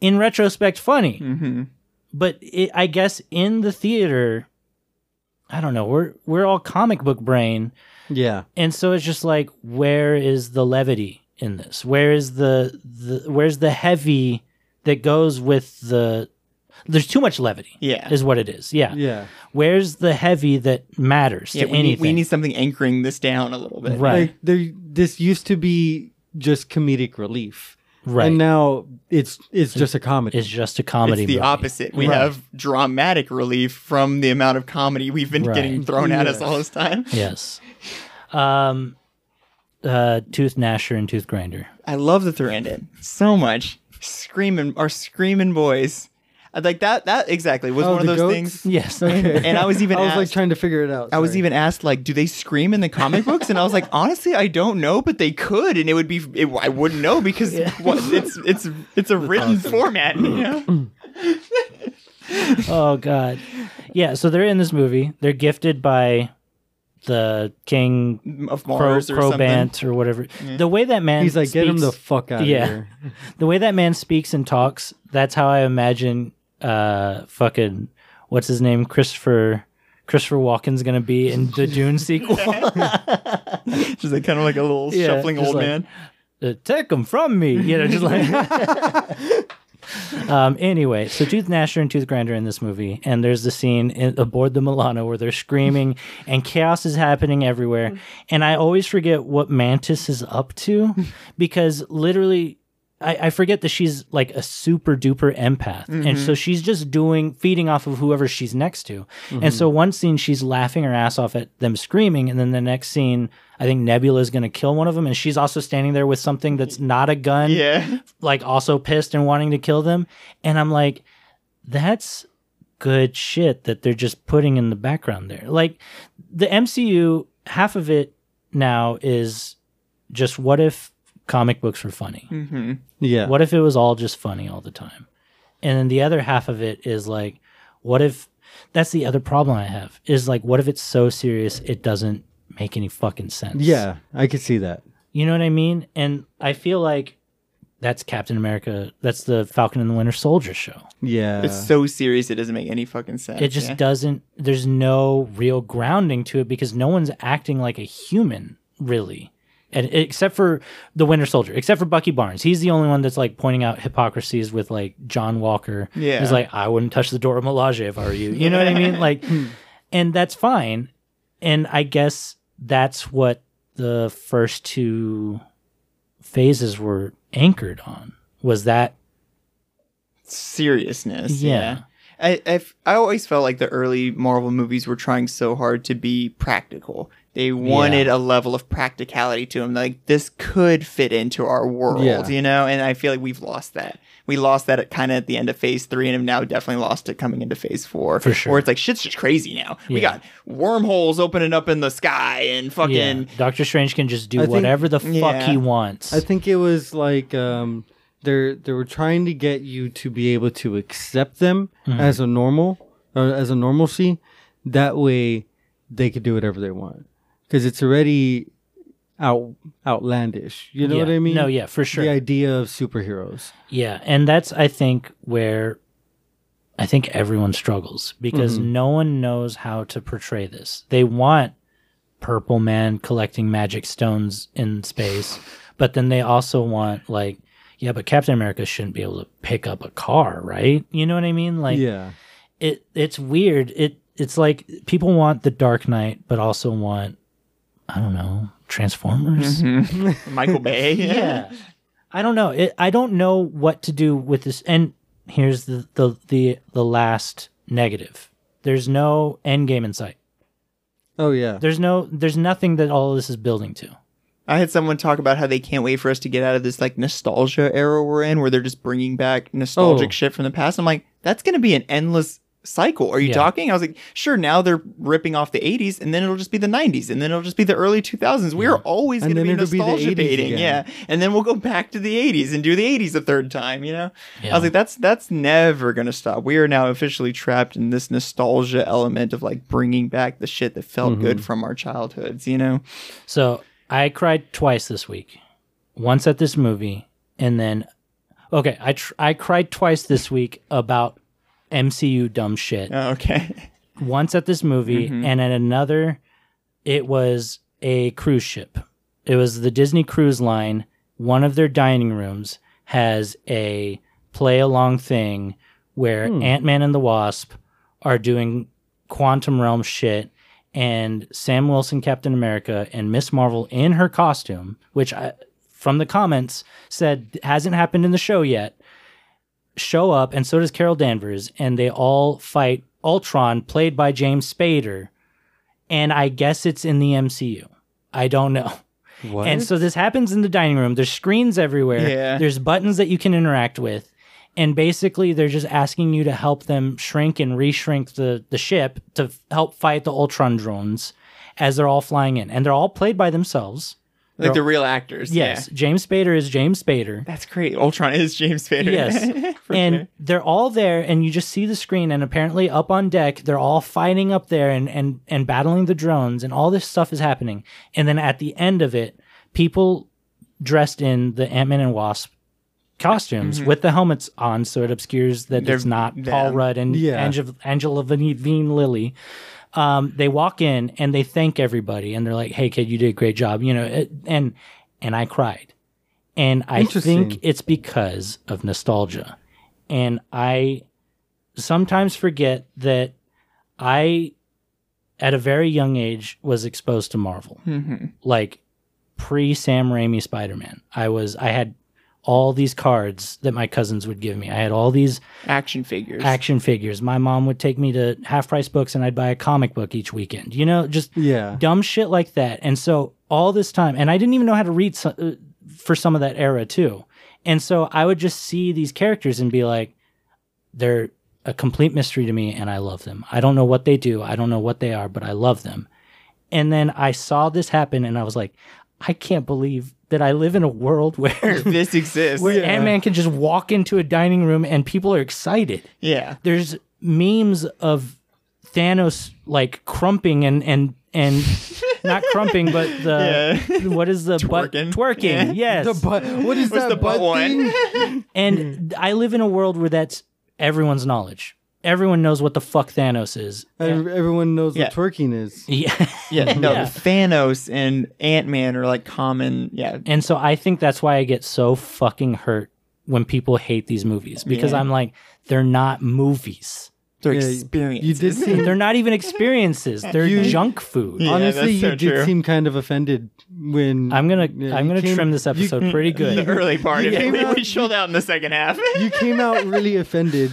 in retrospect funny but it, i guess in the theater i don't know we're we're all comic book brain
Yeah.
and so it's just like where is the levity in this where is the, the where's the heavy that goes with the there's too much levity
Yeah.
is what it is yeah,
Yeah.
where's the heavy that matters
yeah,
to
we need,
anything
we need something anchoring this down a little bit.
Right.
Like there, this used to be just comedic relief,
right
And now it's it's just a comedy.
it's just a
It's
comedy
the
movie.
opposite. We
Right.
have dramatic relief from the amount of comedy we've been
Right.
getting thrown at us
Yes.
all this time.
Yes. Um, uh, Tooth Gnasher and Tooth Grinder.
I love the Thrandan so much. Screaming, our screaming boys. I- Like that. That exactly was
Oh,
one of
the
those
goats?
things.
Yes.
And I was even
I was like
asked-
trying to figure it out.
I was
sorry.
even asked like, do they scream in the comic books? And I was like, honestly, I don't know, but they could, and it would be, it, I wouldn't know because what, it's it's it's a written format. You
Mm.
know?
oh God. Yeah. So they're in this movie. They're gifted by the King
Mm, Of
Cro-
Mars or something.
Crobant or whatever. The way that man
He's like, get him the
speaks-
fuck out
Yeah.
of here.
the way that man speaks and talks. That's how I imagine. Uh, fucking what's his name? Christopher. Christopher Walken's gonna be in the Dune sequel.
Just like kind of like a little
Yeah,
shuffling
just
old
like-
man.
uh, take them from me. You know, just like. um, anyway, so Tooth Gnasher and Tooth Grinder in this movie, and there's the scene in, aboard the Milano where they're screaming and chaos is happening everywhere. And I always forget what Mantis is up to because literally. I, I forget that she's like a super duper empath. And so she's just doing, feeding off of whoever she's next to. And so one scene, she's laughing her ass off at them screaming. And then the next scene, I think Nebula is going to kill one of them. And she's also standing there with something that's not a gun
Yeah,
like also pissed and wanting to kill them. And I'm like, that's good shit that they're just putting in the background there. Like the MCU, half of it now is just what if comic books were funny?
Yeah.
What if it was all just funny all the time? And then the other half of it is like, what if that's the other problem I have is like, what if it's so serious it doesn't make any fucking sense?
Yeah, I could see that.
You know what I mean? And I feel like that's Captain America. That's the Falcon and the Winter Soldier show.
Yeah.
it's so serious it doesn't make any fucking sense.
It just
yeah.
doesn't, there's no real grounding to it because no one's acting like a human, really. And except for the Winter Soldier, except for Bucky Barnes, he's the only one that's like pointing out hypocrisies with like John Walker.
Yeah.
he's like, I wouldn't touch the door of Melage if I were you. You know what I mean? Like, and that's fine. And I guess that's what the first two phases were anchored on was that
seriousness.
Yeah.
I, I f- I always felt like the early Marvel movies were trying so hard to be practical. They wanted a level of practicality to them. Like this could fit into our world,
Yeah.
you know. And I feel like we've lost that. We lost that at kind of at the end of Phase Three, and have now definitely lost it coming into Phase Four.
For sure.
Where it's like shit's just crazy now. We
Yeah.
got wormholes opening up in the sky and
yeah,
fucking
Doctor Strange can just do
I think-
whatever the fuck
yeah.
he wants.
I think it was like um they're they were trying to get you to be able to accept them
Mm-hmm.
as a normal or as a normalcy. That way they could do whatever they want. Because it's already out outlandish. You know
Yeah.
what I mean?
No, yeah, for sure.
The idea of superheroes.
Yeah, and that's I think where I think everyone struggles because
Mm-hmm.
no one knows how to portray this. They want purple man collecting magic stones in space, but then they also want like yeah, but Captain America shouldn't be able to pick up a car, right? You know what I mean? Like
yeah.
it it's weird. It it's like people want the Dark Knight but also want I don't know, Transformers.
Mm-hmm.
Michael Bay.
Yeah. I don't know. It, I don't know what to do with this. And here's the the the, the last negative. There's no end game in sight.
Oh yeah.
There's no there's nothing that all of this is building to.
I had someone talk about how they can't wait for us to get out of this like nostalgia era we're in, where they're just bringing back nostalgic
Oh.
shit from the past. I'm like, that's going to be an endless cycle. Are you
Yeah.
talking? I was like, sure. Now they're ripping off the '80s, and then it'll just be the '90s, and then it'll just be the early 2000s. We're always
And
going to
then
be
it'll be the
nostalgia
80s
baiting,
again.
yeah. And then we'll go back to the '80s and do the '80s a third time. You know, I
Yeah.
was like, that's that's never going to stop. We are now officially trapped in this nostalgia element of like bringing back the shit that felt
Mm-hmm.
good from our childhoods. You know.
So I cried twice this week. Once at this movie, and then okay, I tr- I cried twice this week about MCU dumb shit.
Oh, okay.
Once at this movie, and at another, it was a cruise ship. It was the Disney Cruise Line. One of their dining rooms has a play along thing where Ant Man and the Wasp are doing quantum realm shit and Sam Wilson Captain America and Miss Marvel in her costume which I from the comments said hasn't happened in the show yet show up and so does Carol Danvers and they all fight Ultron played by James Spader and I guess it's in the MCU I don't know
What?
and so this happens in the dining room. There's screens everywhere.
Yeah.
There's buttons that you can interact with. And basically, they're just asking you to help them shrink and reshrink the, the ship to f- help fight the Ultron drones as they're all flying in. And they're all played by themselves.
Like the real actors.
Yes. James Spader is James Spader.
That's great. Ultron is James Spader.
Yes.
For
and
sure.
they're all there, and you just see the screen. And apparently, up on deck, they're all fighting up there and, and, and battling the drones, and all this stuff is happening. And then at the end of it, people dressed in the Ant Man and Wasp costumes with the helmets on, so it obscures that
Mm-hmm. They're
it's not Paul
them.
Rudd and
Yeah.
Angela, Angela Vine, Vine Lilly. Um, they walk in and they thank everybody, and they're like, "Hey, kid, you did a great job," you know. It, and and I cried, and I think
Interesting.
it's because of nostalgia, and I sometimes forget that I, at a very young age, was exposed to Marvel, like pre Sam Raimi Spider Man. I was I had all these cards that my cousins would give me. I had all these
action figures.
action figures. My mom would take me to half price books and I'd buy a comic book each weekend. You know, just
yeah.
dumb shit like that. And so all this time, and I didn't even know how to read so, uh, for some of that era too. And so I would just see these characters and be like, they're a complete mystery to me and I love them. I don't know what they do. I don't know what they are, but I love them. And then I saw this happen and I was like, I can't believe that I live in a world where,
this exists.
where
yeah.
Ant Man can just walk into a dining room and people are excited
yeah.
there's memes of Thanos like crumping and and and not crumping, but the what is the
Twerking.
butt twerking? Yes,
The butt. What is
What's
that
the butt one?
thing?
and I live in a world where that's everyone's knowledge. Everyone knows what the fuck Thanos is.
Ev- Everyone knows
Yeah.
what twerking is.
Yeah.
Yeah. No,
Yeah.
Thanos and Ant Man are like common. Yeah.
And so I think that's why I get so fucking hurt when people hate these movies because
Yeah.
I'm like, they're not movies.
Their
Yeah,
experience.
You did seem
They're not even experiences. They're
You-
junk food.
Yeah,
honestly.
that's so
you did
true.
seem kind of offended when
I'm gonna
Yeah,
I'm
you
gonna
came-
trim this
you-
episode pretty good.
The early part of
Yeah.
it. We, we chilled out in the second half.
you came out really offended.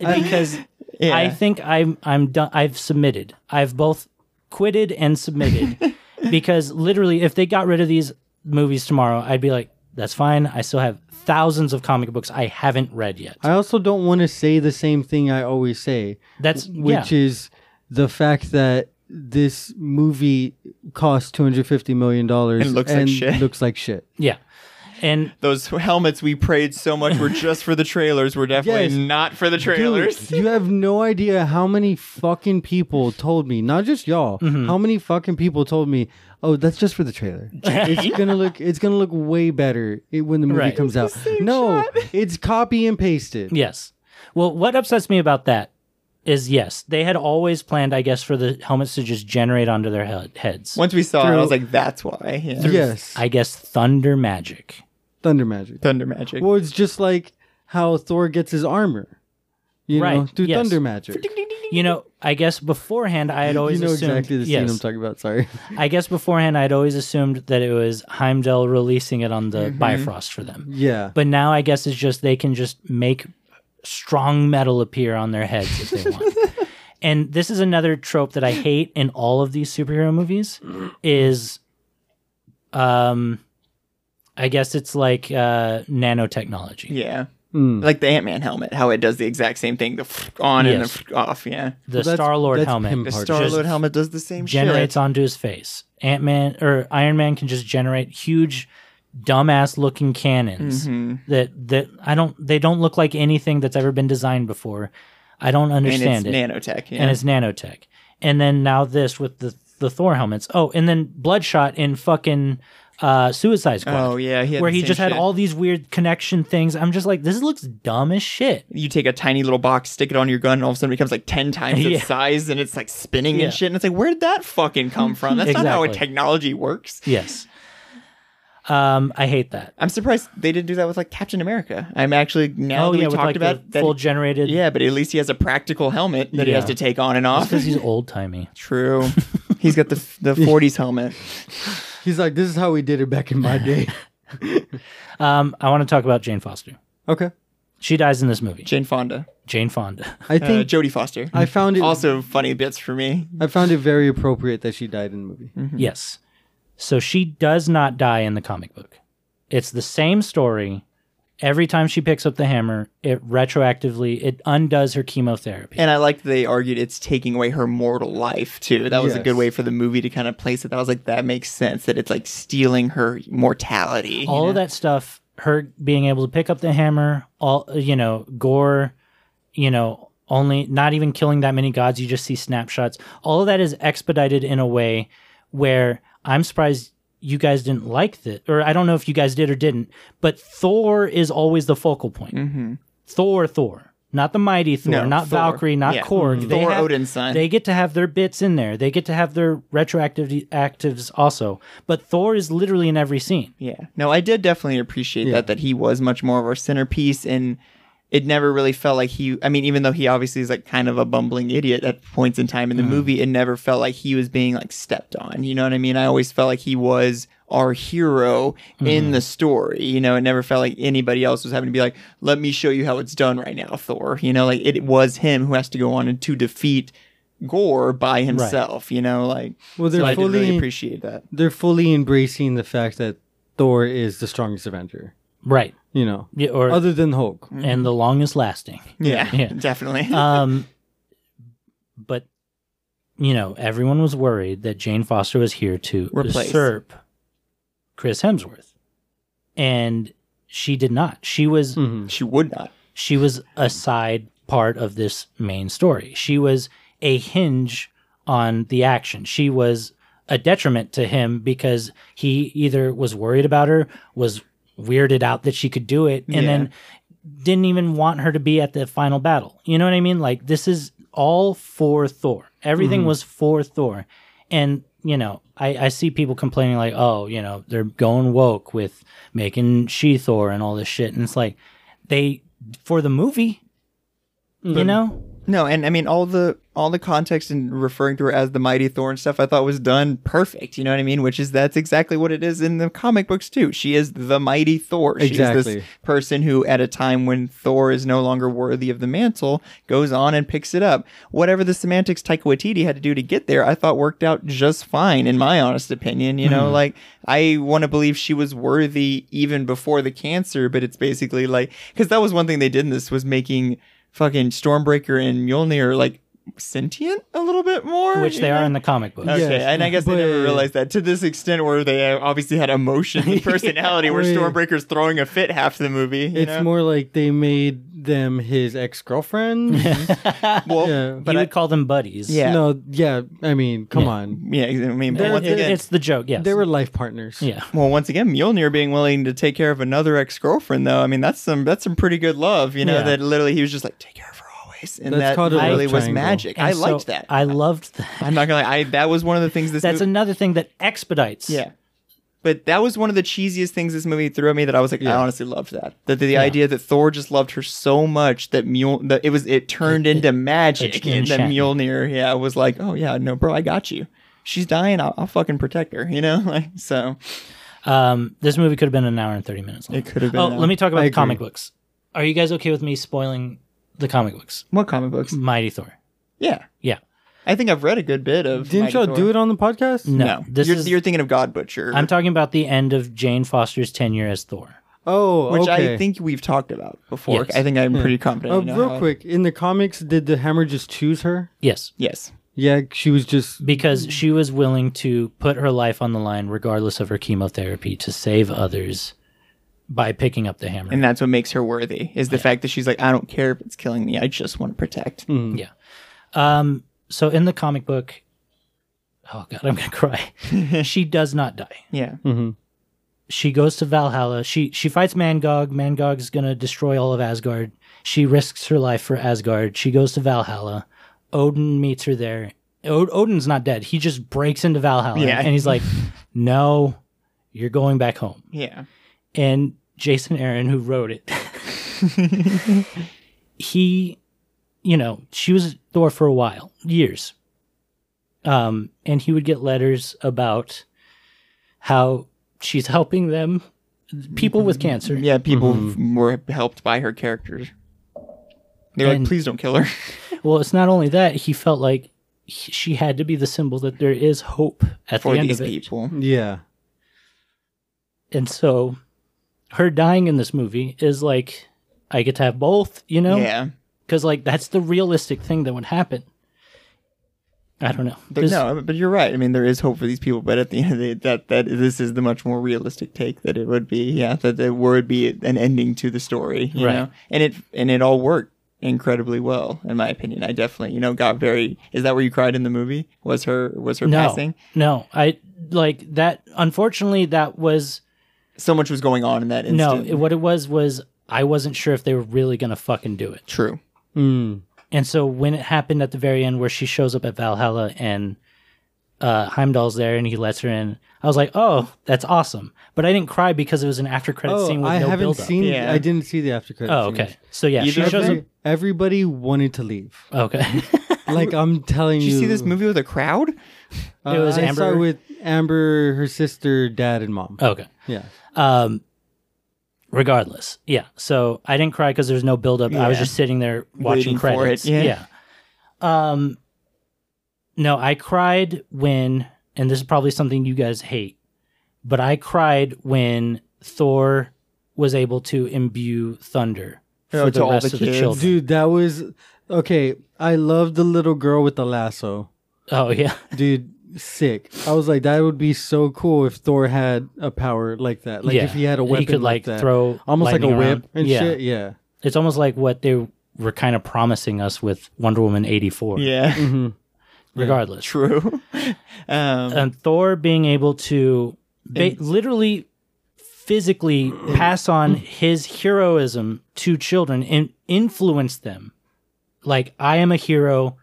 Uh, because
Yeah.
I think I'm I'm done. I've submitted. I've both quitted and submitted because literally, if they got rid of these movies tomorrow, I'd be like, "That's fine. I still have thousands of comic books I haven't read yet."
I also don't want to say the same thing I always say,
That's
which
yeah.
is the fact that this movie cost two hundred fifty million dollars
And looks like shit.
Looks like shit.
yeah, and
Those helmets we prayed so much were just for the trailers. Were definitely
Yes.
not for the trailers.
Dude, you have no idea how many fucking people told me, not just y'all,
Mm-hmm.
how many fucking people told me, "Oh, that's just for the trailer. it's gonna look, it's gonna look way better it, when the movie
Right.
comes out." No, it's copy and pasted.
yes. Well, what upsets me about that is yes, they had always planned, I guess, for the helmets to just generate onto their he- heads.
Once we saw it, I
Through-
was like, "That's why." Yeah.
Yes,
I guess thunder magic.
Thunder Magic.
Thunder magic.
Well, it's just like how Thor gets his armor, you know,
Right,
through
yes.
Thunder Magic.
You know, I guess beforehand I had always
you know
assumed,
exactly the scene
yes,
I'm talking about. Sorry.
I guess beforehand I'd always assumed that it was Heimdall
Mm-hmm.
releasing it on the Bifrost for them.
yeah.
But now I guess it's just they can just make strong metal appear on their heads if they want. and this is another trope that I hate in all of these superhero movies is um I guess it's like uh nanotechnology.
Yeah.
Mm.
Like the Ant Man helmet, how it does the exact same thing the on and
Yes.
the off. Yeah.
The
Well, that's-
Star Lord
that's
helmet.
him
The
Hard
Star
shit.
Lord helmet does the same
generates
Oh, shit.
onto his face. Ant Man or Iron Man can just generate huge, dumbass looking cannons
Mm-hmm.
that that I don't. They don't look like anything that's ever been designed before. I don't
And it's
understand it.
nanotech. Yeah.
And it's nanotech. And then now this with the the Thor helmets. Oh, and then Bloodshot in fucking uh, Suicide Squad.
Oh, yeah, he had
where
the
he
same
just had
shit.
all these weird connection things. I'm just like, this looks dumb as shit.
you take a tiny little box, stick it on your gun, and all of a sudden it becomes like 10 times its
Yeah.
size and it's like spinning
Yeah.
and shit. And it's like, where did that fucking come from? That's not how
Exactly.
technology works.
Yes. Um, I hate that.
I'm surprised they didn't do that with like Captain America. I'm actually, now
oh
that
yeah,
we
with
talked
like
about
the
that.
full generated.
yeah, but at least he has a practical helmet that he has
Yeah.
to take on and off.
because he's old timey.
True. He's got the the 40s helmet.
He's like, this is how we did it back in my day.
Um, I want to talk about Jane Foster.
okay.
She dies in this movie.
Jane Fonda.
Jane Fonda.
I
Uh,
think
Jodie Foster.
I found it.
also funny bits for me.
I found it very appropriate that she died in the movie.
yes. So she does not die in the comic book. It's the same story. Every time she picks up the hammer, it retroactively it undoes her chemotherapy.
And I liked they argued it's taking away her mortal life too. That was a
Yes.
good way for the movie to kind of place it. I was like, that makes sense that it's like stealing her mortality. you
all of
know?
that stuff, her being able to pick up the hammer, all you know, gore, you know, only not even killing that many gods, you just see snapshots. All of that is expedited in a way where I'm surprised you guys didn't like that, or I don't know if you guys did or didn't, but Thor is always the focal point. Thor, Thor, not the mighty Thor,
Mm-hmm. No,
not
Thor.
Valkyrie, not
Yeah.
Korg.
Mhm.
They
Thor,
have-
Odin's son.
They get to have their bits in there. They get to have their retroactive actives also. But Thor is literally in every scene.
Yeah. No, I did definitely appreciate that that he was much more of our centerpiece and it never really felt like he I mean, even though he obviously is like kind of a bumbling idiot at points in time in the
Mm-hmm.
movie, it never felt like he was being like stepped on. You know what I mean? I always felt like he was our hero
Mm-hmm.
in the story. You know, it never felt like anybody else was having to be like, let me show you how it's done right now, Thor. You know, like it was him who has to go on and to defeat Gore by himself, you know, like
Well, they're
so I did really
fully-
appreciate that.
They're fully embracing the fact that Thor is the strongest Avenger.
Right.
You know,
Yeah, or
other than Hulk.
Mm.
and the longest lasting.
Yeah,
Yeah.
definitely.
Um, but you know, everyone was worried that Jane Foster was here to
Replace.
usurp Chris Hemsworth, and she did not. She was
Um,
she would not.
she was a side part of this main story. She was a hinge on the action. She was a detriment to him because he either was worried about her, was weirded out that she could do it, and then didn't even want her to be at the final battle. You know what I mean? Like this is all for Thor. Everything was for Thor. And, you know, I, I see people complaining like, oh, you know, they're going woke with making She Thor and all this shit. And it's like they for the movie. You know?
No, and I mean all the all the context and referring to her as the mighty Thor and stuff I thought was done perfect. You know what I mean? Which is that's exactly what it is in the comic books too. She is the mighty Thor. She is
Exactly.
this person who at a time when Thor is no longer worthy of the mantle goes on and picks it up. Whatever the semantics Taika Waititi had to do to get there, I thought worked out just fine in my honest opinion, you
Hmm.
know, like I want to believe she was worthy even before the cancer, but it's basically like cuz that was one thing they did in this was making fucking Stormbreaker and Mjolnir like sentient a little bit more,
Which
you
they are
know?
in the comic book.
Okay,
Yes,
and I guess they never
but-
realized that to this extent where they uh, obviously had emotion and personality, where
Wait.
Stormbreaker's throwing a fit half the movie. You
It's
know?
more like they made them his ex girlfriend.
well,
yeah.
but
you
I-
would call them buddies.
Yeah.
No, yeah. I mean, come on.
yeah, I mean, but
It-
once
it-
again,
it's the joke, yes.
They were life partners.
yeah.
well, once again, Mjolnir being willing to take care of another ex girlfriend, though, I mean, that's some that's some pretty good love, you know.
Yeah.
That literally he was just like, take care of her always, and
That's
that
called a love
really was
triangle.
magic.
And
I
so
liked that. I,
I loved that.
am not gonna lie, I that was one of the things this
That's
mov-
another thing that expedites.
Yeah. But that was one of the cheesiest things this movie threw at me that I was like, I honestly loved that. That the, idea that Thor just loved her so much that Mule that it was it turned into magic
it's
and that
enchantment.
Mjolnir, yeah, was like, Oh yeah, no, bro, I got you. She's dying, I'll, I'll fucking protect her, you know? Like so
Um, this movie could have been an hour and 30 minutes long.
It could have been uh,
Oh,
an hour.
let me talk about
I
the
agree.
comic books. Are you guys okay with me spoiling the comic books.
What comic books?
Mighty Thor.
Yeah,
Yeah.
I think I've read a good bit of.
Didn't y'all do it on the podcast?
No.
No,
This
you're,
is
you're thinking of God Butcher,
I'm talking about the end of Jane Foster's tenure as Thor.
Oh,
which
okay.
I think we've talked about before.
Yes.
I think I'm pretty confident.
Oh,
I know
real
how-
quick, in the comics, did the hammer just choose her?
Yes.
Yes.
Yeah, she was just
Hmm.
Because she was willing to put her life on the line regardless of her chemotherapy to save others by picking up the hammer.
And that's what makes her worthy is the fact that she's like, I don't care if it's killing me. I just want to protect.
Mm, Yeah. Um, so in the comic book, oh god, I'm gonna cry. she does not die.
Yeah.
She goes to Valhalla. She she fights Mangog. Mangog is gonna destroy all of Asgard. She risks her life for Asgard. She goes to Valhalla. Odin meets her there. O- Odin's not dead. He just breaks into Valhalla
Yeah.
and he's like, "No, you're going back home."
Yeah.
and Jason Aaron, who wrote it, he, you know, she was at Thor for a while, years. Um, and he would get letters about how she's helping them, people with cancer.
Yeah. People
Mm-hmm.
were helped by her characters. They're
And-
like, please don't kill her.
Well, it's not only that, he felt like he, she had to be the symbol that there is hope at
for
the end
these
of it.
people.
yeah.
And so her dying in this movie is like, I get to have both, you know?
Yeah.
because like that's the realistic thing that would happen. I don't know.
But
This-
no, but you're right. I mean, there is hope for these people, but at the end of the day, that, that this is the much more realistic take that it would be. Yeah, that there would be an ending to the story, you
Right.
know, and it and it all worked incredibly well, in my opinion. I definitely, you know, got very. Is that where you cried in the movie? Was her was her
no,
passing?
no. I like that. Unfortunately, that was
So much was going on in that
no.
instant.
it- what it was was I wasn't sure if they were really gonna fucking do it.
True.
Mm.
And so when it happened at the very end, where she shows up at Valhalla and uh, Heimdall's there and he lets her in, I was like, oh, that's awesome. But I didn't cry because it was an after credit
Oh,
scene with
I
no
haven't
build up.
seen.
Yeah.
I didn't see the after credits.
Oh, okay. So yeah, she
Either
shows up.
way-
Every, everybody wanted to leave.
Okay.
Like I'm telling
Did
you,
you see this movie with a crowd?
Uh,
It was
I saw
Amber? Oh.
it with Amber, her sister, dad, and mom.
okay.
Yeah,
Um, regardless, yeah. So I didn't cry because there was no buildup. I was
Yeah.
just sitting there watching
Waiting for it,
credits.
yeah.
Yeah. Um, no, I cried when, and this is probably something you guys hate, but I cried when Thor was able to imbue thunder for
Oh, to
the
all
rest
the
of the
kids.
children.
dude, that was okay. I love the little girl with the lasso,
Oh yeah,
dude. Sick. I was like, that would be so cool if Thor had a power like that. Like
yeah.
if he had a weapon,
he could like,
that.
throw
almost like a
lightning
whip
around.
and
yeah.
shit. Yeah.
It's almost like what they were kind of promising us with Wonder Woman eighty four.
Yeah,
regardless.
true. Um,
and Thor being able to ba- literally physically pass on his heroism to children and influence them. Like, I am a hero,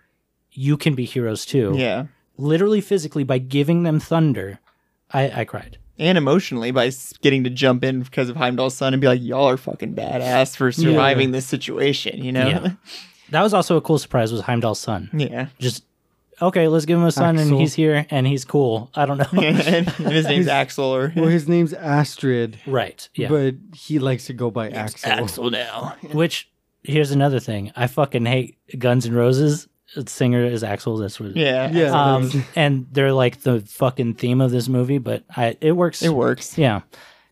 you can be heroes too.
yeah,
Literally physically by giving them thunder, I, I cried.
and emotionally by s- getting to jump in because of Heimdall's son and be like, y'all are fucking badass for surviving this situation, you know?
Yeah. That was also a cool surprise was Heimdall's son.
Yeah.
Just okay, let's give him a son
Axel.
and he's here and he's cool. I don't know.
and, and his name's Axel or
Well, his name's Astrid,
right. Yeah.
but he likes to go by Axel.
now.
Which here's another thing. I fucking hate Guns N' Roses. Its singer is Axel. That's what.
Yeah.
Yeah.
Um, and they're like the fucking theme of this movie, but I it works.
It works.
Yeah,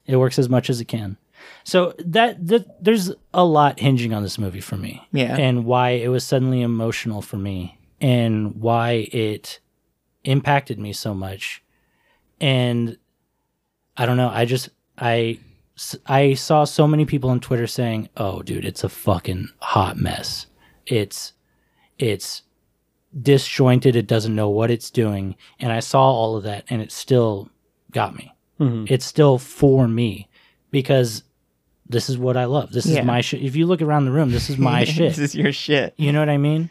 it works as much as it can. So that, that there's a lot hinging on this movie for me.
Yeah.
And why it was suddenly emotional for me, and why it impacted me so much, and I don't know. I just I s- I saw so many people on Twitter saying, "Oh, dude, it's a fucking hot mess. It's it's disjointed. It doesn't know what it's doing." And I saw all of that, and it still got me.
Mm-hmm.
It's still for me because this is what I love. This
Yeah.
is my shit. If you look around the room, this is my
this
shit.
is your shit.
You know what I mean?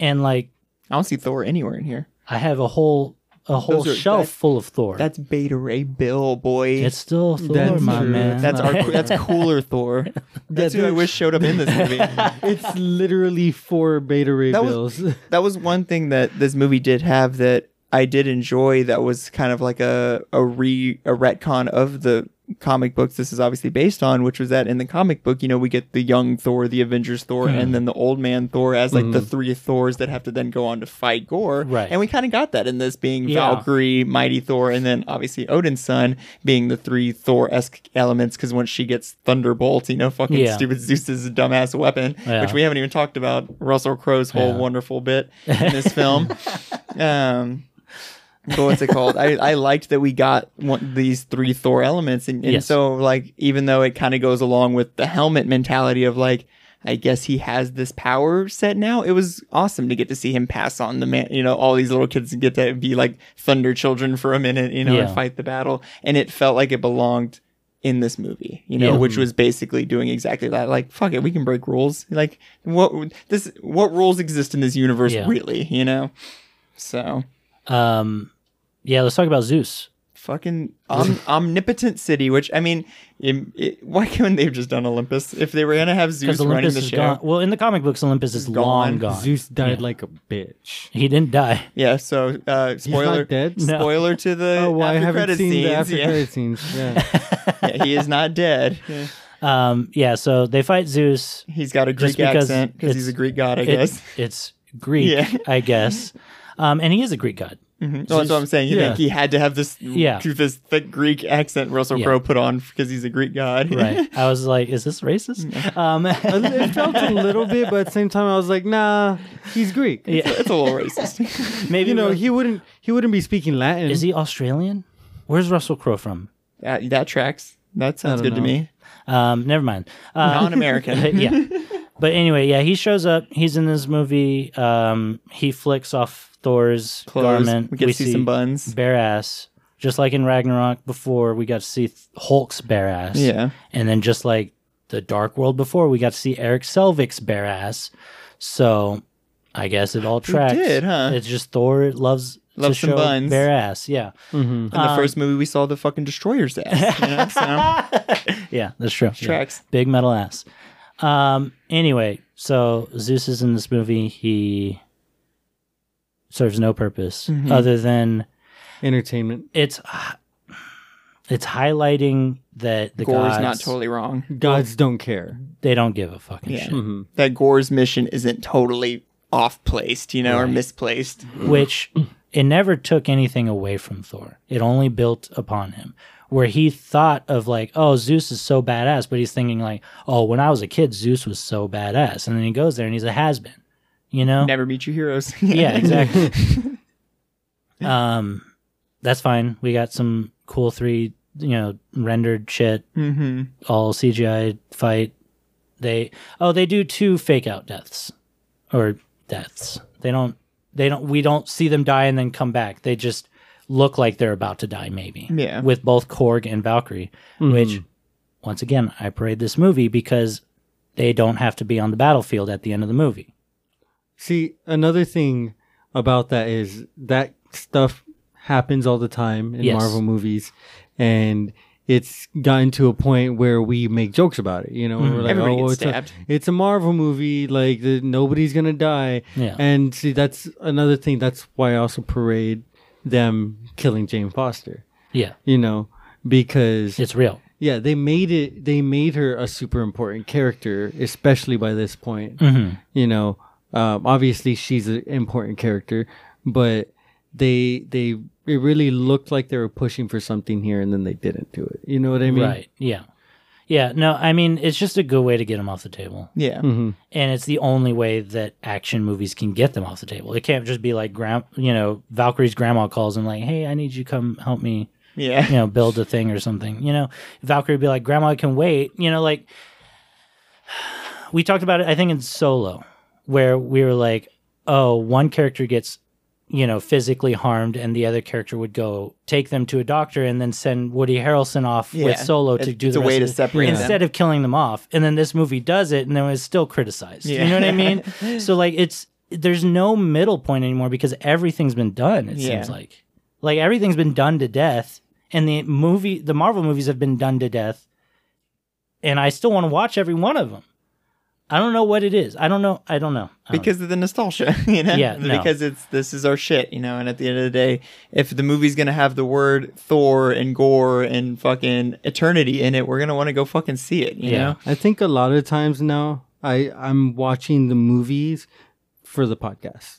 And like,
I don't see Thor anywhere in here.
I have a whole a whole
are-
shelf
that-
full of Thor.
That's Beta Ray Bill, boy.
it's still Thor,
That's
my
true.
man.
that's our that's cooler Thor. That's who I wish showed up in this movie.
It's literally four Beta Ray
That was-
Bills.
that was one thing that this movie did have that I did enjoy that was kind of like a a re a retcon of the comic books this is obviously based on, which was that in the comic book, you know, we get the young Thor, the Avengers Thor,
Hmm.
and then the old man Thor as like the three Thors that have to then go on to fight Gore.
Right.
And we kind of got that in this being
Yeah.
Valkyrie, Mighty Thor, and then obviously Odin's son being the three Thor esque elements because once she gets Thunderbolt, you know, fucking
Yeah.
stupid Zeus's dumbass weapon,
Yeah.
which we haven't even talked about Russell Crowe's whole wonderful bit in this film. um, but what's it called? I, I liked that we got one, these three Thor elements, and, and
Yes.
so like even though it kind of goes along with the helmet mentality of like, I guess he has this power set now. It was awesome to get to see him pass on the man. You know, all these little kids get to be like Thunder Children for a minute, you know,
Yeah.
and fight the battle, and it felt like it belonged in this movie, you know,
Yeah.
which was basically doing exactly that. Like, fuck it, we can break rules. Like, what this? What rules exist in this universe,
Yeah.
really? You know, so
Um, yeah, let's talk about Zeus.
fucking om- omnipotent city. Which I mean, im- it- why couldn't they've just done Olympus if they were gonna have Zeus
Because
running
Olympus
the
is
show?
gone. Well, in the comic books, Olympus is
Gone.
long gone.
Zeus died like a bitch.
He didn't die.
Yeah. So uh, spoiler.
not dead? No.
Spoiler to the
Oh, well, I
after
haven't
credit
seen
scenes.
the after
yeah.
credit scenes. Yeah.
Yeah, he is not dead.
Um, yeah, so they fight Zeus.
He's got a Greek
Just because
accent because he's
it's-
a Greek god, I
It-
guess.
it's Greek,
Yeah.
I guess. Um, and he is a Greek god.
Well, that's what I'm saying. You
Yeah.
think he had to have this
Yeah.
this thick Greek accent Russell
Yeah.
Crowe put on because he's a Greek god.
Right. I was like, is this racist? Um,
Uh,
it felt a little bit, but at the same time, I was like, nah, he's Greek.
Yeah.
It's a little racist.
maybe
You know,
we're-
he wouldn't he wouldn't be speaking Latin.
is he Australian? Where's Russell Crowe from?
that, that tracks. That sounds good
don't
to
know.
me.
Um, never mind. Uh,
Non-American.
yeah. But anyway, yeah, he shows up. He's in this movie. Um, he flicks off Thor's
Clothes.
garment.
We get to see some buns.
bare ass. Just like in Ragnarok before, we got to see Th- Hulk's bare ass.
Yeah.
And then just like the Dark World before, we got to see Eric Selvik's bare ass. So I guess it all tracks.
did, huh?
It's just Thor loves
Loves
to
some
show
buns. Hmm.
bare ass. Yeah.
In
Um,
the first movie, we saw the fucking destroyer's ass. You know? so,
Yeah, that's true. Yeah.
tracks.
Big metal ass. Um. Anyway, so Zeus is in this movie. He serves no purpose
Mm-hmm.
other than
Entertainment.
it's hi- it's highlighting that the
Gore's
gods
not totally wrong.
Gods don't care.
they don't give a fucking
Yeah.
shit.
That Gore's mission isn't totally off placed, you know, or misplaced.
Mm-hmm. which it never took anything away from Thor. It only built upon him. Where he thought of like, oh, Zeus is so badass, but he's thinking like, oh, when I was a kid, Zeus was so badass, and then he goes there and he's a has been, you know?
Never meet your heroes.
Yeah, exactly. um, that's fine. We got some cool three, you know, rendered shit,
hmm
all CGI fight. They oh, they do two fake out deaths or deaths. They don't. They don't. We don't see them die and then come back. They just look like they're about to die, maybe.
Yeah.
With both Korg and Valkyrie, which once again I parade this movie because they don't have to be on the battlefield at the end of the movie.
See, another thing about that is that stuff happens all the time in
Yes.
Marvel movies, and it's gotten to a point where we make jokes about it. You know, we're like,
Mm-hmm. Everybody
"Oh,
gets
it's a,
stabbed."
it's a Marvel movie. Like, the, nobody's gonna die."
Yeah.
And see, that's another thing. That's why I also parade them killing Jane Foster.
Yeah,
You know, because
it's real.
yeah, they made it. They made her a super important character, especially by this point. You know, um, obviously she's an important character, but they they it really looked like they were pushing for something here, and then they didn't do it. You know what I mean?
Right. Yeah. Yeah. No, I mean, it's just a good way to get them off the table.
Yeah.
And it's the only way that action movies can get them off the table. It can't just be like, grand, you know, Valkyrie's grandma calls and like, hey, I need you to come help me,
Yeah.
you know, build a thing or something. You know, Valkyrie would be like, grandma I can wait. You know, like, we talked about it, I think, in Solo, where we were like, oh, one character gets, you know, physically harmed and the other character would go take them to a doctor and then send Woody Harrelson off
Yeah.
with Solo to
It's-
do
it's
the
a
rest
way to
of the-
separate them.
instead of killing them off. And then this movie does it and then it's still criticized.
Yeah.
You know what I mean? so, like, it's, there's no middle point anymore because everything's been done, it
Yeah.
seems like. Like, everything's been done to death. And the movie, the Marvel movies have been done to death. And I still want to watch every one of them. I don't know what it is. I don't know. I don't know. I don't
because of the nostalgia, you know.
Oh. Yeah, no.
Because it's this is our shit, you know. And at the end of the day, if the movie's gonna have the word Thor and gore and fucking eternity in it, we're gonna want to go fucking see it, you
Yeah.
know.
I think a lot of times now I I'm watching the movies for the podcast.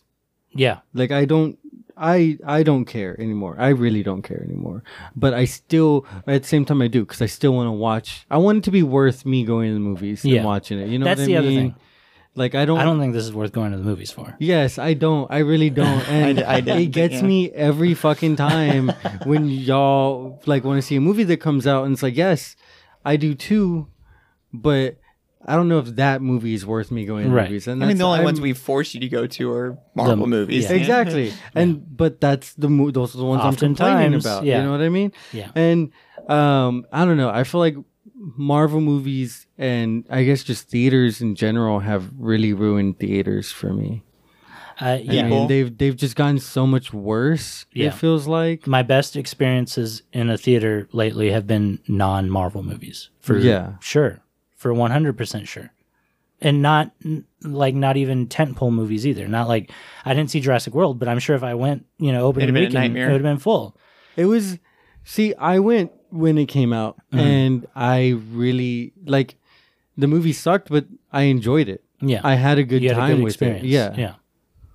know. yeah.
Like I don't I I don't care anymore. I really don't care anymore. But I still at the same time I do cuz I still want to watch. I want it to be worth me going to the movies
Yeah.
and watching it. You know
That's
what I
the other
mean?
thing.
Like I don't
I don't think this is worth going to the movies for.
Yes, I don't. I really don't. And
I don't
it
think-
gets
yeah.
me every fucking time when y'all like want to see a movie that comes out and it's like, yes, I do too, but I don't know if that movie is worth me going to
Right.
movies. And
I mean, the
that's-
only
I'm-
ones we force you to go to are Marvel
The-
movies.
yeah.
you know?
Exactly. And but that's the mo- those are the ones I'm complaining
Oftentimes,
about.
yeah.
You know what I mean?
Yeah.
And um, I don't know. I feel like Marvel movies and I guess just theaters in general have really ruined theaters for me.
Uh,
I
yeah.
People.
mean, they've they've just gotten so much worse.
Yeah.
It feels like.
My best experiences in a theater lately have been non Marvel movies. For
Yeah.
sure. For 100% sure. And not n- like not even tentpole movies either. Not like I didn't see Jurassic World, but I'm sure if I went, you know, opening
It'd have been a
weekend,
nightmare.
it would have been full.
It was. See, I went when it came out,
Mm-hmm.
and I really like. The movie sucked, but I enjoyed it.
Yeah.
I had a good
you had
time
a good
with
experience.
it. Yeah.
Yeah.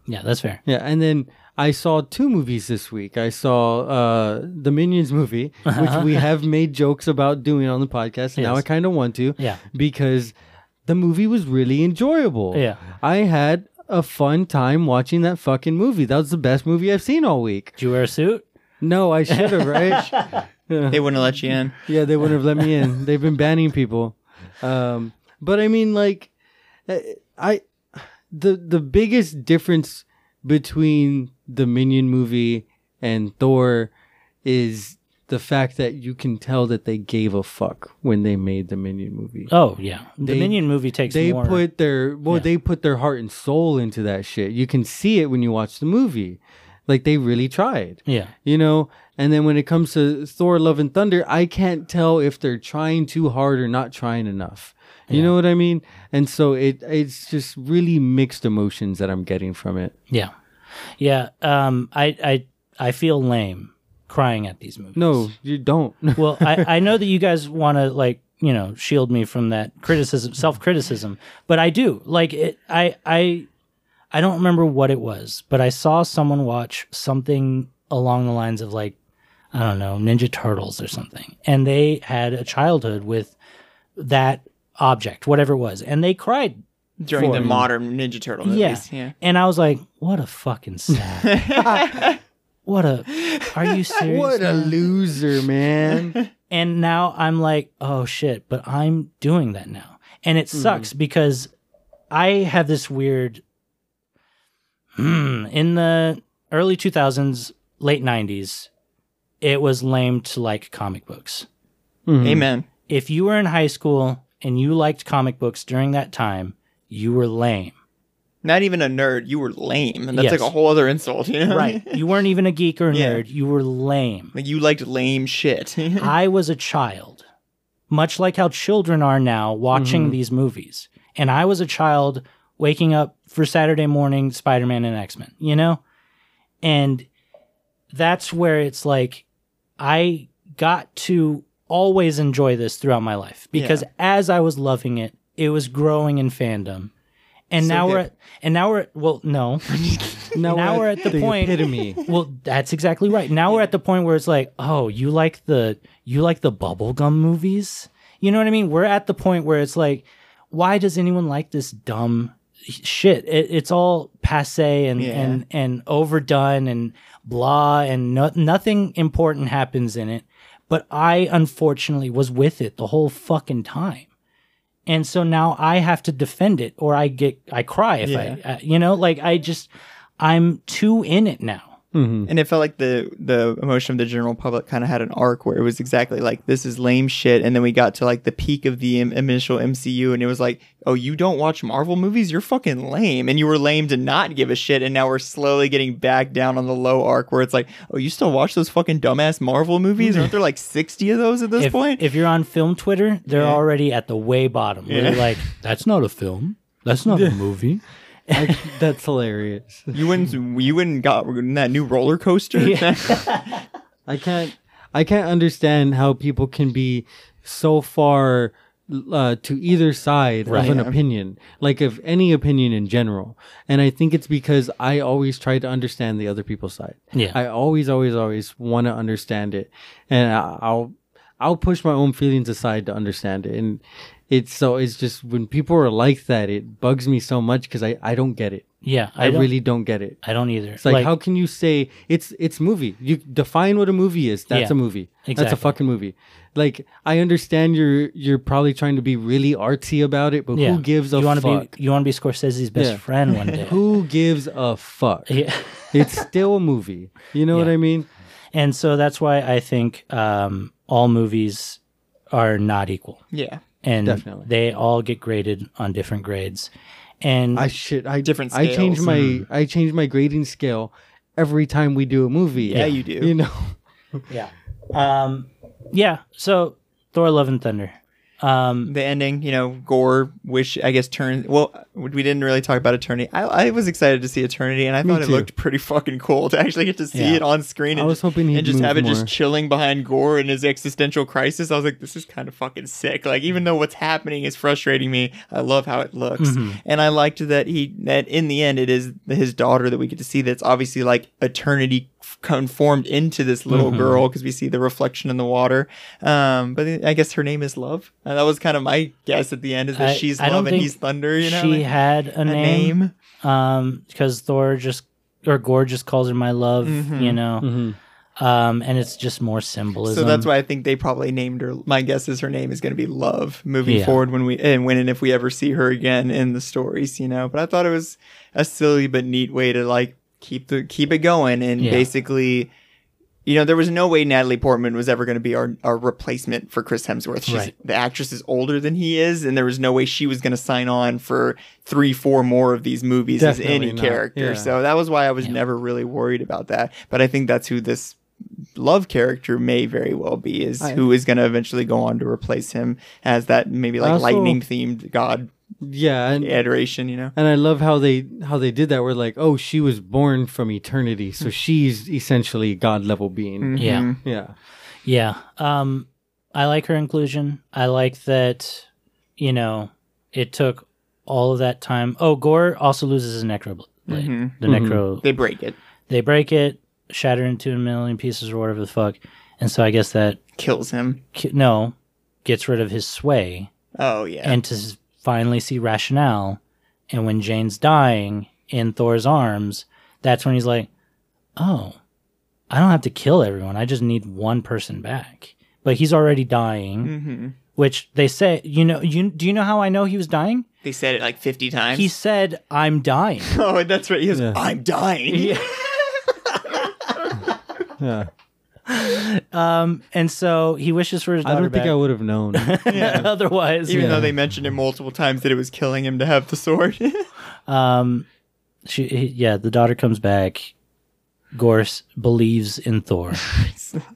Yeah. That's fair.
Yeah, and then I saw two movies this week. I saw uh, the Minions movie, which we have made jokes about doing on the podcast. and Now
Yes.
I kind of want to,
Yeah.
because the movie was really enjoyable.
Yeah.
I had a fun time watching that fucking movie. That was the best movie I've seen all week.
Did you wear a suit?
No, I should have, right?
They wouldn't let you in.
Yeah, they wouldn't have let me in. They've been banning people. Um, but I mean, like, I the the biggest difference between the Minion movie and Thor is the fact that you can tell that they gave a fuck when they made the Minion movie.
Oh, yeah. The
They-
Minion movie takes
They
more.
put their well,
Yeah.
they put their heart and soul into that shit. You can see it when you watch the movie. Like they really tried
yeah.
you know and then when it comes to thor love and thunder i can't tell if they're trying too hard or not trying enough you know what i mean and so it it's just really mixed emotions that i'm getting from it
Yeah. Yeah. Um, I, I, I feel lame crying at these movies.
no you don't
well, I, I know that you guys want to like you know shield me from that criticism, self criticism, but I do like it. I I I don't remember what it was, but I saw someone watch something along the lines of like I don't know Ninja Turtles or something, and they had a childhood with that object, whatever it was, and they cried
During the
For-
modern Ninja Turtle
yeah.
movies. Yeah.
And I was like, what a fucking sad. what a are you serious?
what a
man?
loser man
and now I'm like, oh shit, but I'm doing that now. And it sucks because I have this weird Hmm, in the early 2000s, late 90s, it was lame to like comic books Mm-hmm.
Amen.
if you were in high school and you liked comic books during that time, you were lame.
Not even a nerd. You were lame, and that's
Yes.
like a whole other insult. You know?
Right. You weren't even a geek or a
Yeah.
nerd. You were lame.
Like you liked lame shit.
I was a child, much like how children are now watching these movies. And I was a child waking up for Saturday morning Spider Man and X Men, you know? And that's where it's like, I got to always enjoy this throughout my life because as I was loving it, it was growing in fandom. And
So
now we're
hip.
at, and now we're at, well, no.
now,
Now we're at the point-
epitome
Well, that's exactly right. Now we're at the point where it's like, oh, you like the you like the bubblegum movies? You know what I mean? We're at the point where it's like, why does anyone like this dumb shit? It, it's all passe and
Yeah.
and and overdone and blah and no, nothing important happens in it. But I unfortunately was with it the whole fucking time. And so now I have to defend it or I get I cry if I, I you know like I just I'm too in it now.
and it felt like the the emotion of the general public kind of had an arc where it was exactly like this is lame shit, and then we got to like the peak of the im- initial MCU, and it was like, oh, you don't watch Marvel movies, you're fucking lame, and you were lame to not give a shit, and now we're slowly getting back down on the low arc where it's like, oh, you still watch those fucking dumbass Marvel movies? Aren't there like sixty of those at this
if,
point?
if you're on film Twitter, they're already at the way bottom. Where they're like, that's not a film. That's not a movie.
I, that's hilarious.
You wouldn't. You wouldn't got that new roller coaster.
I can't. I can't understand how people can be so far uh, to either side
Right.
of an opinion, like of any opinion in general. And I think it's because I always try to understand the other people's side.
Yeah.
I always, always, always want to understand it, and I- I'll I'll push my own feelings aside to understand it. And it's so it's just when people are like that, it bugs me so much because I I don't get it.
Yeah,
I,
don't-
really don't get it.
I don't either.
It's like, how can you say it's it's movie? You define what a movie is. That's
Yeah,
a movie. That's a
exactly.
fucking movie. Like I understand you're you're probably trying to be really artsy about it, but
yeah.
who gives a
you wanna
fuck?
Be, you want to be Scorsese's best
Yeah.
friend one day.
who gives a fuck?
Yeah.
it's still a movie. You know what
Yeah.
I mean?
And so that's why I think um, all movies are not equal.
yeah.
And
Definitely.
they all get graded on different grades. And
I shit. I
Different
I change
scales.
my
Mm-hmm.
I change my grading scale every time we do a movie.
Yeah, you do.
You know.
yeah. Um, yeah. So Thor Love and Thunder. Um,
The ending, you know, Gore wish I guess turn. Well, we didn't really talk about Eternity. I, I was excited to see Eternity, and I thought it
too.
looked pretty fucking cool to actually get to see
Yeah.
it on screen. And
I was
just,
hoping he'd
and just
move
have it
more.
just chilling behind Gore and his existential crisis. I was like, this is kind of fucking sick. Like, even though what's happening is frustrating me, I love how it looks,
Mm-hmm.
and I liked that he that in the end it is his daughter that we get to see. That's obviously like Eternity conformed into this little
Mm-hmm.
girl because we see the reflection in the water. Um, but I guess her name is Love. And that was kind of my guess at the end is that
I-
she's
I don't
Love and
think
he's Thunder. You know,
she
like,
had a,
a name.
name. um because thor just or gore just calls her my love
Mm-hmm.
you know um and it's just more symbolism
So that's why I think they probably named her. My guess is her name is going to be Love moving
Yeah.
forward when we and when and if we ever see her again in the stories, you know. But I thought it was a silly but neat way to like keep the keep it going and
Yeah.
basically, you know, there was no way Natalie Portman was ever going to be our, our replacement for Chris Hemsworth. She's,
Right.
The actress is older than he is, and there was no way she was going to sign on for three, four more of these movies as
Definitely
any
not.
character.
Yeah.
So that was why I was never really worried about that. But I think that's who this love character may very well be is
I-
who is going to eventually go on to replace him as that maybe like
Also-
lightning themed god
Yeah. And,
adoration you know
And I love how they how they did that. We're like, oh, she was born from eternity,
Mm.
so she's essentially a god level being.
Mm.
yeah
Yeah,
yeah um i like her inclusion i like that you know it took all of that time oh gore also loses his necro blade
Mm-hmm.
the necro
they break it
they break it shatter into a million pieces or whatever the fuck and so i guess that
kills him
ki- no gets rid of his sway
oh yeah
and to s- finally see rationale. And when Jane's dying in Thor's arms, that's when he's like, "Oh, I don't have to kill everyone. I just need one person back." But he's already dying, which they say. You know, you do you know how I know he was dying?
they said it like 50 times
He said, "I'm dying."
oh that's right he goes, i'm dying
yeah.
um, and so he wishes for his
I
daughter
don't think I
back.
would have known.
Otherwise,
even
yeah.
though they mentioned it multiple times that it was killing him to have the sword
Um, she, he- yeah, the daughter comes back. Gorse believes in Thor.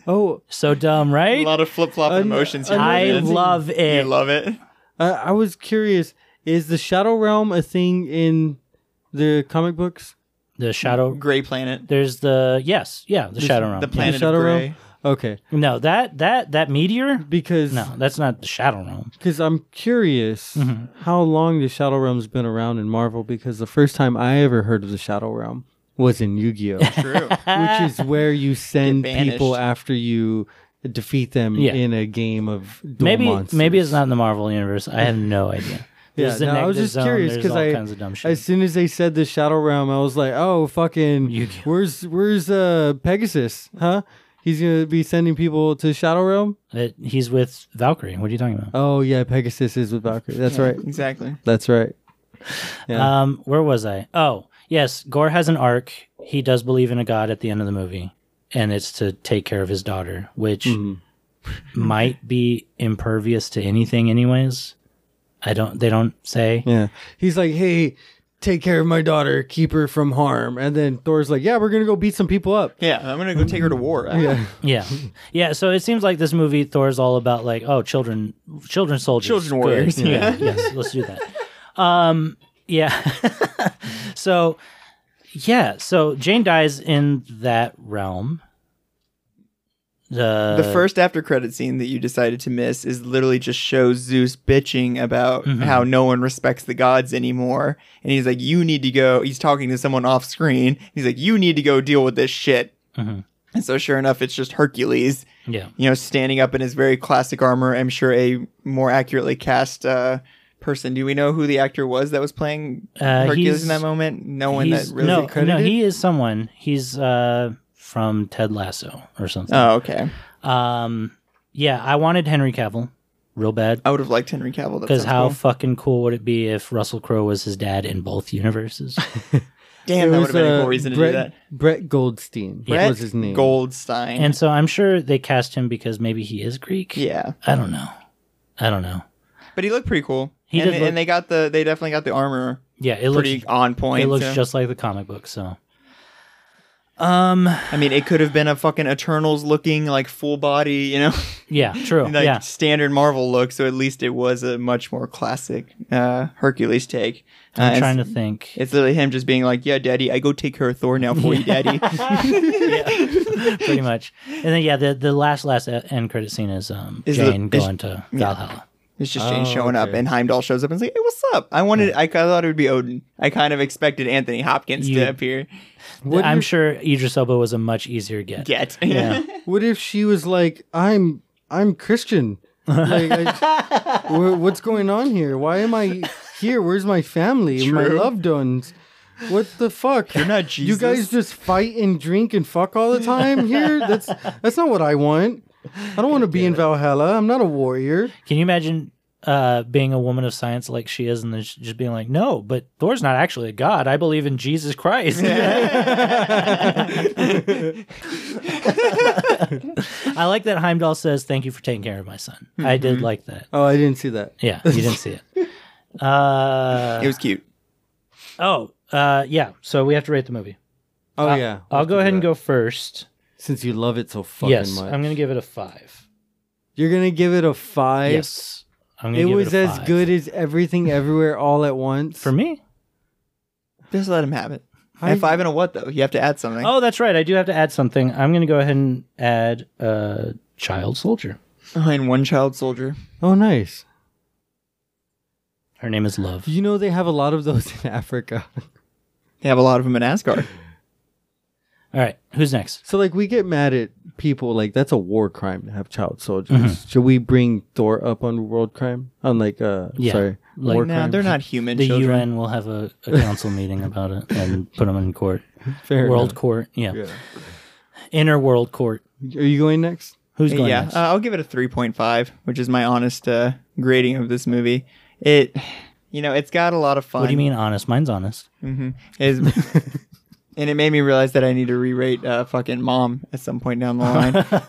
oh,
so dumb,
a
right?
lot of flip-flop
An-
emotions here,
I
man.
love
you
it.
love it
I, uh, I was curious. Is the shadow realm a thing in the comic books?
the shadow.
gray planet
There's the yes, yeah, the shadow realm.
Mm. the
yeah.
planet
Shadow
of gray
Realm? Okay,
No, that that that meteor.
because
No, that's not the shadow realm.
Because I'm curious
Mm-hmm.
how long the Shadow Realm's been around in Marvel. Because the first time I ever heard of the Shadow Realm was in Yu Gi Oh!
true
which is where you send
Get banished.
people after you defeat them
Yeah.
in a game of duel
Maybe
monsters.
maybe it's not in the Marvel universe. I have no idea.
Yeah,
There's the
no, I was
negative
just
zone,
curious
there's
because
all
I,
kinds of dumb shit.
as soon as they said the Shadow Realm, I was like, oh fucking,
Yu-Gi-Oh.
where's where's uh Pegasus? Huh? He's gonna be sending people to Shadow Realm.
That he's with Valkyrie. What are you talking about?
Oh yeah, Pegasus is with Valkyrie. That's right.
exactly
That's right. yeah.
Um, where was I? Oh, yes. Gore has an arc. He does believe in a god at the end of the movie, and it's to take care of his daughter, which might be impervious to anything, anyways. I don't. They don't say.
Yeah. He's like, hey, take care of my daughter, keep her from harm. And then Thor's like, yeah, we're going to go beat some people up.
yeah i'm gonna go take her to war
Yeah.
Yeah, yeah. So it seems like this movie Thor is all about like oh children, children soldiers,
Children
Good.
warriors,
Yeah, yes, let's do that. Um, yeah. so, yeah. So Jane dies in that realm. The
The first after credit scene that you decided to miss is literally just shows Zeus bitching about
Mm-hmm.
how no one respects the gods anymore. And he's like, You need to go. He's talking to someone off screen. He's like, You need to go deal with this shit.
Mhm.
And so, sure enough, it's just Hercules,
yeah.
you know, standing up in his very classic armor. I'm sure a more accurately cast uh, person. Do we know who the actor was that was playing
Uh,
Hercules
he's-
in that moment? No one that
He's-
really
no, no,
credited?
he is someone. He's uh, from Ted Lasso or something.
Oh, okay.
Um, yeah, I wanted Henry Cavill real bad
I would have liked Henry Cavill. That
because
sounds
how
cool.
fucking cool would it be if Russell Crowe was his dad in both universes?
damn that
There
would have been a
uh,
cool reason to
Brett,
do that.
Brett Goldstein
Brett
was his name.
Goldstein.
and so I'm sure they cast him because maybe he is Greek.
yeah,
I don't know. I don't know.
but he looked pretty cool.
He
and,
did look-
and they got the they definitely got the armor
Yeah, it
pretty
looks
on point.
it looks
so-
just like the comic book. So, um,
I mean, it could have been a fucking Eternals looking like full body, you know,
yeah, true.
like
yeah,
standard Marvel look. So at least it was a much more classic uh, Hercules take. Uh,
I'm
it's-
trying to think.
It's literally him just being like, "Yeah, Daddy, I go take care of Thor now for you, Daddy."
pretty much. And then yeah, the the last last e- end credit scene is um
Is the-
Jane
is-
going to Valhalla.
It's just Jane
Oh,
showing up,
okay.
and Heimdall shows up and is like, "Hey, what's up?" I wanted, I thought it would be Odin. I kind of expected Anthony Hopkins
You-
to appear.
What
I'm
if-
sure Idris Elba was a much easier get.
Get
Yeah.
What if she was like, "I'm I'm Christian. Like, I, wha- what's going on here? Why am I here? Where's my family? and My
True.
loved ones? What the fuck?
You're not
You guys
Jesus.
just fight and drink and fuck all the time here. That's that's not what I want. I don't want to be in Valhalla. I'm not a warrior.
Can you imagine uh, being a woman of science like she is, and then sh- just being like, "No, but Thor's not actually a god. I believe in Jesus Christ." I like that Heimdall says, "Thank you for taking care of my son." I did like that.
Oh, I didn't see that.
Yeah, you didn't see it. Uh,
it was cute.
oh, uh, yeah. So we have to rate the movie.
Oh
Uh,
yeah.
I'll go ahead and go first.
Since you love it so fucking
yes,
much,
I'm going to give it a five.
You're gonna give it a five.
yes, I'm gonna
It
give
was
a
as
five.
good as everything, everywhere, all at once.
for me.
Just let him have it.
I-
and five and a what though? You have to add something.
Oh, that's right. I do have to add something. I'm going to go ahead and add uh, child soldier.
Oh, and one child soldier.
Oh, nice.
Her name is Love.
You know they have a lot of those in Africa.
They have a lot of them in Asgard.
All right, who's next?
So like we get mad at people like that's a war crime to have child soldiers. Should we bring Thor up on world crime? On like uh
Yeah.
sorry.
Like,
war
nah,
no,
crime.
they're not human
The
children.
UN will have a, a council meeting about it and put them in court.
Fair
world
enough.
court, yeah. Inner world court.
Are you going next?
Who's going
yeah,
next?
uh, I'll give it a 3.5, which is my honest uh, grading of this movie. It, you know, it's got a lot of fun.
what do you mean honest? Mine's honest.
Is, and it made me realize that I need to re-rate uh, fucking Mom at some point down the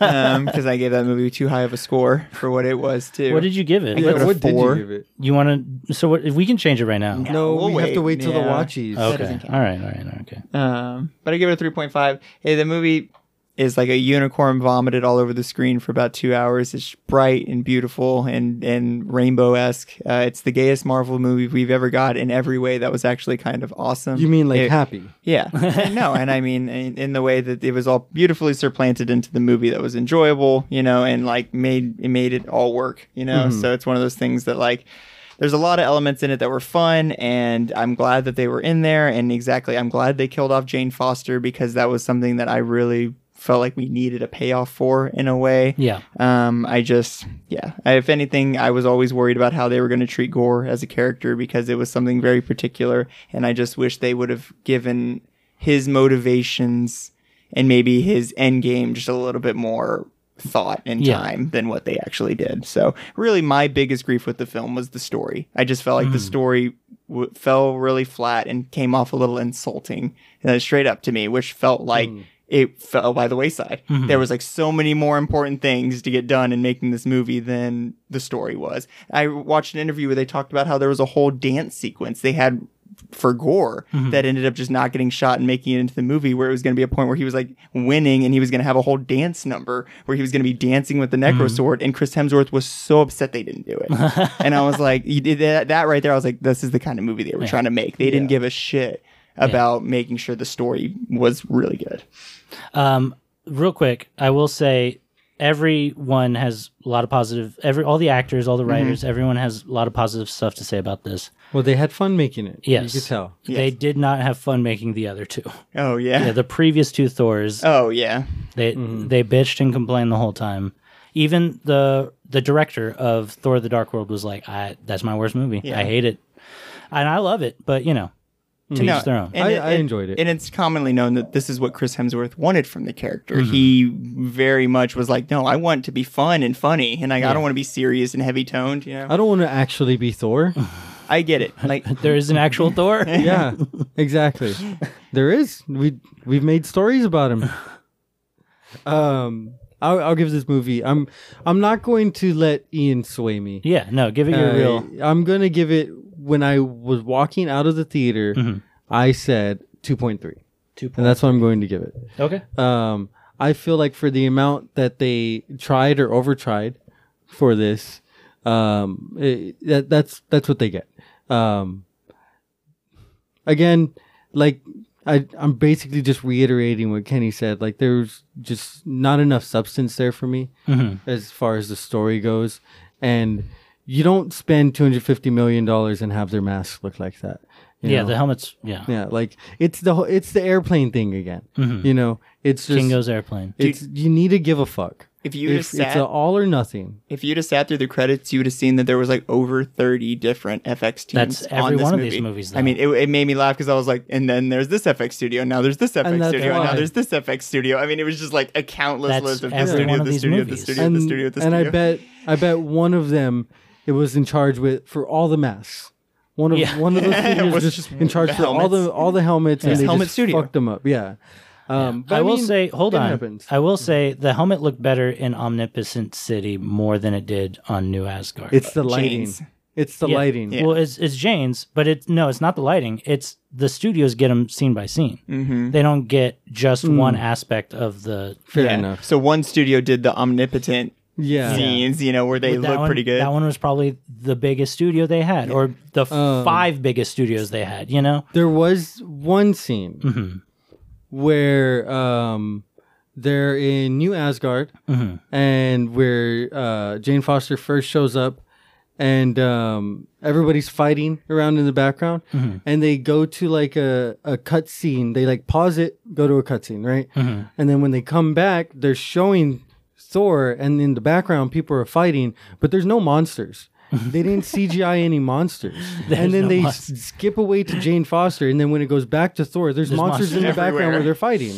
line because I gave that movie too high of a score for what it was too.
What did you give it?
I gave it a
what
four.
did you give it?
You want to? So what, we can change it right now.
No,
Uh, we'll
we have to wait
wait.
till the
Yeah.
watchies.
okay. All right. All right. Okay.
Um, but I give it a 3.5. Hey, the movie is like a unicorn vomited all over the screen for about two hours. It's bright and beautiful and, and rainbow esque. Uh, it's the gayest Marvel movie we've ever got in every way. That was actually kind of awesome.
You mean like
It-
happy?
yeah. no, and I mean in, in the way that it was all beautifully supplanted into the movie that was enjoyable, you know, and like made it made it all work, you know. So it's one of those things that like there's a lot of elements in it that were fun and I'm glad that they were in there and exactly I'm glad they killed off Jane Foster because that was something that I really felt like we needed a payoff for in a way.
Yeah.
Um, I just, yeah. I, if anything, I was always worried about how they were going to treat Gore as a character because it was something very particular, and I just wish they would have given his motivations and maybe his end game just a little bit more thought and
Yeah.
time than what they actually did. So, really, my biggest grief with the film was the story. I just felt like the story w- fell really flat and came off a little insulting uh, straight up to me, which felt like it fell by the wayside. There was like so many more important things to get done in making this movie than the story was. I watched an interview where they talked about how there was a whole dance sequence. They had for gore that ended up just not getting shot and making it into the movie where it was going to be a point where he was like winning and he was going to have a whole dance number where he was going to be dancing with the necro sword and Chris Hemsworth was so upset they didn't do it and I was like you did that, that right there I was like this is the kind of movie they were trying to make they didn't give a shit about making sure the story was really good
Um, real quick, I will say everyone has a lot of positive every all the actors, all the writers, everyone has a lot of positive stuff to say about this.
Well, they had fun making it.
Yes.
you could tell.
They did not have fun making the other two.
oh yeah,
Yeah, the previous two Thors,
oh yeah
they they bitched and complained the whole time. Even the the director of Thor: The Dark World was like, "I that's my worst movie. I hate it, and I love it, but you know, to
Mm-hmm. No,
each their own."
and
I- I enjoyed it.
And it's commonly known that this is what Chris Hemsworth wanted from the character.
Mm-hmm.
He very much was like, no, I want to be fun and funny, and I, I don't want to be serious and heavy toned. You know,
I don't want to actually be Thor.
I get it. Like,
there is an actual Thor.
yeah, exactly. There is. We we've made stories about him. Um, I'll, I'll give this movie. I'm I'm not going to let Ian sway me.
Yeah, no, give it your
Uh,
real.
I'm gonna give it. When I was walking out of the theater, I said two point three,
Two
and that's what I'm going to give it.
Okay.
Um, I feel like for the amount that they tried or overtried for this, um, it- that that's that's what they get. Um, again, like I, I'm basically just reiterating what Kenny said. Like there's just not enough substance there for me
Mm-hmm.
as far as the story goes, and you don't spend 250 million dollars and have their masks look like that. you
Yeah,
know?
the helmets. Yeah,
Yeah, like it's the whole, it's the airplane thing again.
Mm-hmm.
You know, it's just
Kingo's airplane.
it's you need to give a fuck.
If you just
it's
sat-
a all or nothing.
if you'd have sat through the credits, you would have seen that there was like over thirty different FX teams.
That's
on
every
this
one of
movie.
these movies, though.
I mean, it, it made me laugh because I was like, and then there's this FX studio, now there's this FX
that's
studio, and now
why.
there's this FX studio. I mean, it was just like a countless
That's
list of
every
this studio,
one of
this
these
studio,
movies.
this studio,
And,
this studio, this
and
studio.
I bet I bet one of them it was in charge with for all the masks. One of
Yeah.
one of those studios
was
was just
just
in charge
the
for all the
helmets.
all the helmets and
was
they
Helmet
just
Studio.
fucked them up. Yeah. Um, but
I, will
mean,
say, hold
it
on.
happens.
I will say the helmet looked better in Omnipotent City more than it did on New Asgard.
It's the lighting.
Jeans.
It's the
Yeah.
lighting.
Yeah.
Well, it's it's Jane's, but it's no, it's not the lighting. It's the studios get them scene by scene. They don't get just one aspect of the.
Fair
Yeah.
enough.
So one studio did the omnipotent
Yeah.
scenes, you know, where they
That
look
one-
pretty good.
That one was probably the biggest studio they had, or the f- five biggest studios they had. You know,
There was one scene where um, they're in New Asgard,
Mm-hmm.
and where uh, Jane Foster first shows up, and um, everybody's fighting around in the background,
Mm-hmm.
and they go to like a a cut scene. They like pause it, go to a cut scene, right?
Mm-hmm.
And then when they come back, they're showing Thor, and in the background, people are fighting, but there's no monsters. they didn't CGI any monsters, and then
Mm-hmm. no
they
monsters.
skip away to Jane Foster, and then when it goes back to Thor, there's, monsters,
monsters
in the
everywhere.
background where they're fighting.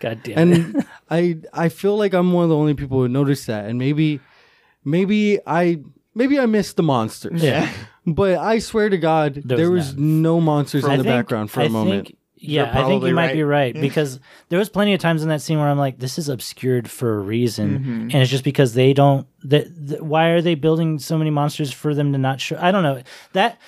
God damn. it.
And I I feel like I'm one of the only people who noticed that, and maybe maybe I maybe I missed the monsters.
Yeah.
But I swear to God, there was,
was
no monsters
I
in the
think-
background for a
I
moment.
Think, yeah, I think
probably
you might be
right.
right because there was plenty of times in that scene where I'm like, this is obscured for a reason,
Mm-hmm.
and it's just because they don't. That th- why are they building so many monsters for them to not show? I don't know that.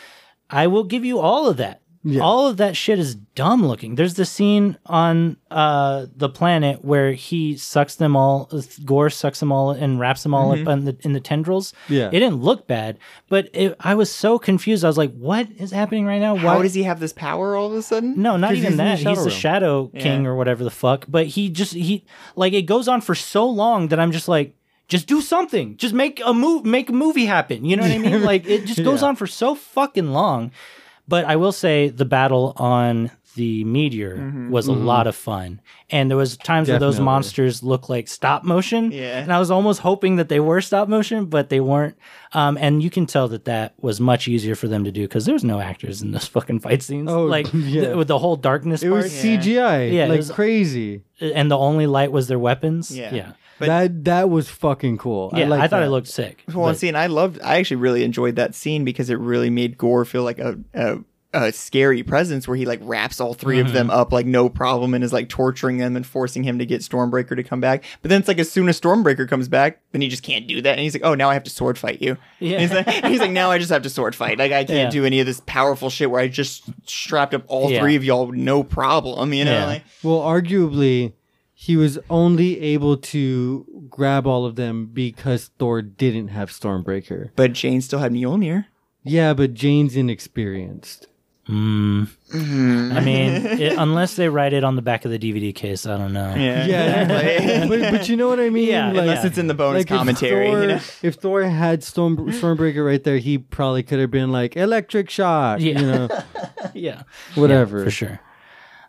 I will give you all of that. All of that shit is dumb looking. There's the scene on uh, the planet where he sucks them all, Gore sucks them all and wraps them all up in the, in the tendrils.
Mm-hmm. Yeah.
it didn't look bad, but it, I was so confused. I was like, "What is happening right now?
How does he have this power all of a sudden?
No, not
'Cause he's
even
in the
that.
Shadow
he's the
Realm.
Shadow King or whatever the fuck. But he just he like it goes on for so long that I'm just like, just do something. Just make a move. Make a movie happen. You know what I mean? Like it just goes on for so fucking long. But I will say the battle on the meteor was a lot of fun, and there was times where those
Definitely.
monsters looked like stop motion.
Yeah.
and I was almost hoping that they were stop motion, but they weren't. Um, and you can tell that that was much easier for them to do because there was no actors in those fucking fight scenes.
Oh,
like
yeah.
the- with the whole darkness
It
part,
was CGI,
Yeah, it
like
was-
crazy.
and the only light was their weapons.
Yeah.
yeah,
But-
that that was fucking cool.
yeah. I,
I, like
thought
that.
it looked sick.
Well,
but-
and see, and I loved. I actually really enjoyed that scene because it really made Gore feel like a a, uh, scary presence where he like wraps all 3 of them up like no problem and is like torturing them and forcing him to get Stormbreaker to come back. But then it's like as soon as Stormbreaker comes back, then he just can't do that. And he's like, oh, now I have to sword fight you.
Yeah.
And He's, like, he's like, now I just have to sword fight. Like I can't
Yeah.
do any of this powerful shit where I just strapped up all
Yeah.
three of y'all no problem. You know,
Yeah.
like,
Well, arguably, he was only able to grab all of them because Thor didn't have Stormbreaker.
but Jane still had Mjolnir.
Yeah, but Jane's inexperienced.
I mean, it, unless they write it on the back of the DVD case, I don't know.
Yeah.
Yeah, but, but you know what I mean.
Yeah,
Unless it's in the bonus
if
commentary, you
Thor-
know?
If Thor had Storm Stormbreaker right there, he probably could have been like electric shock,
Yeah.
you know,
yeah.
whatever.
for sure.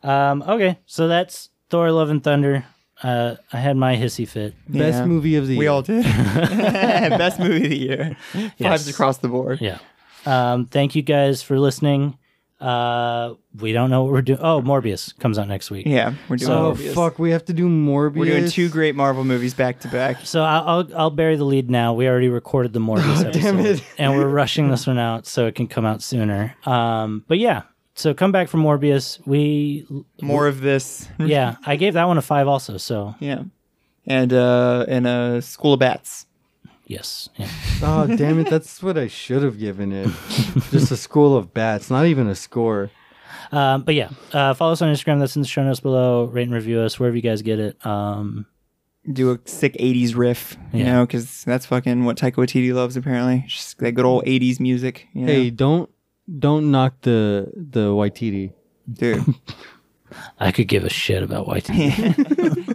Um, okay, so that's Thor: Love and Thunder. Uh, I had my hissy fit.
Best
Yeah.
movie of the
We
year.
all did. Best movie of the year. Fives across the board.
Yeah. Um, thank you guys for listening. Uh, we don't know what we're doing. Oh, Morbius comes out next week.
Yeah, we're doing
Oh
Morbius.
fuck, we have to do Morbius.
We're doing two great Marvel movies back to back.
So I'll, I'll I'll bury the lead now. We already recorded the Morbius episode,
Oh, damn it.
and we're rushing this one out so it can come out sooner. Um, but yeah, so come back for Morbius. We
More of this.
yeah, I gave that one a five also. So
Yeah. And uh and uh School of Bats.
yes, yeah.
Oh damn it, that's what I should have given it. Just a school of bats, not even a score.
Um, but yeah, uh, follow us on Instagram. That's in the show notes below. Rate and review us wherever you guys get it. Um,
Do a sick 80s riff, you
Yeah.
know, because that's fucking what Taika Waititi loves, apparently. Just that good old 80s music. You know?
Hey, don't don't knock the the Waititi.
dude.
I could give a shit about YT.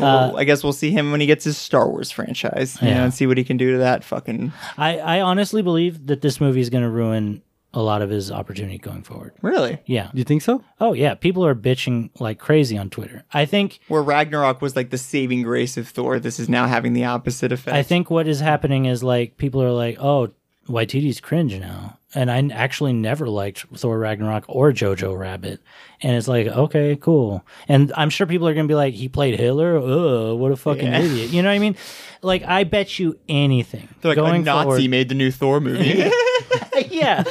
Well, I guess we'll see him when he gets his Star Wars franchise, you
Yeah.
know, and see what he can do to that fucking.
I, I honestly believe that this movie is going to ruin a lot of his opportunity going forward.
Really?
Yeah.
You think so?
Oh yeah. People are bitching like crazy on Twitter. I think
Where Ragnarok was like the saving grace of Thor, this is now having the opposite effect.
I think what is happening is like people are like, oh, Waititi's cringe now, and I n- actually never liked Thor Ragnarok or Jojo Rabbit, and it's like, okay, cool, and I'm sure people are gonna be like, he played Hitler, ugh, what a fucking idiot, you know what I mean? Like, I bet you anything
They're like
going
a Nazi
forward,
made the new Thor movie.
yeah,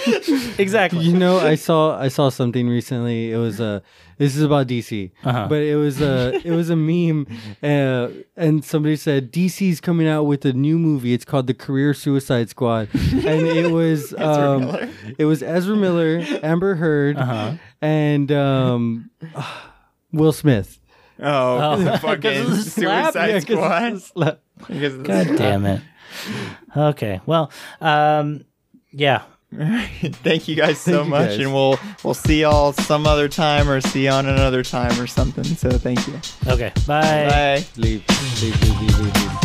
exactly.
You know, I saw I saw something recently. It was uh, this is about DC, but it was a it was a meme, uh, and somebody said DC's coming out with a new movie. It's called the Career Suicide Squad, and it was um, it was Ezra Miller, Amber Heard, and um, Will Smith.
Oh, the
Because of
fucking
the slap?
Suicide
Yeah, 'cause of
Squad. Because of the
God damn it. Okay, well, um, yeah,
slap. Thank you guys so
you
much,
guys.
and we'll we'll see y'all some other time, or see you on another time, or something. So thank you.
okay,
Bye.
Leave, leave, leave, leave, leave. leave.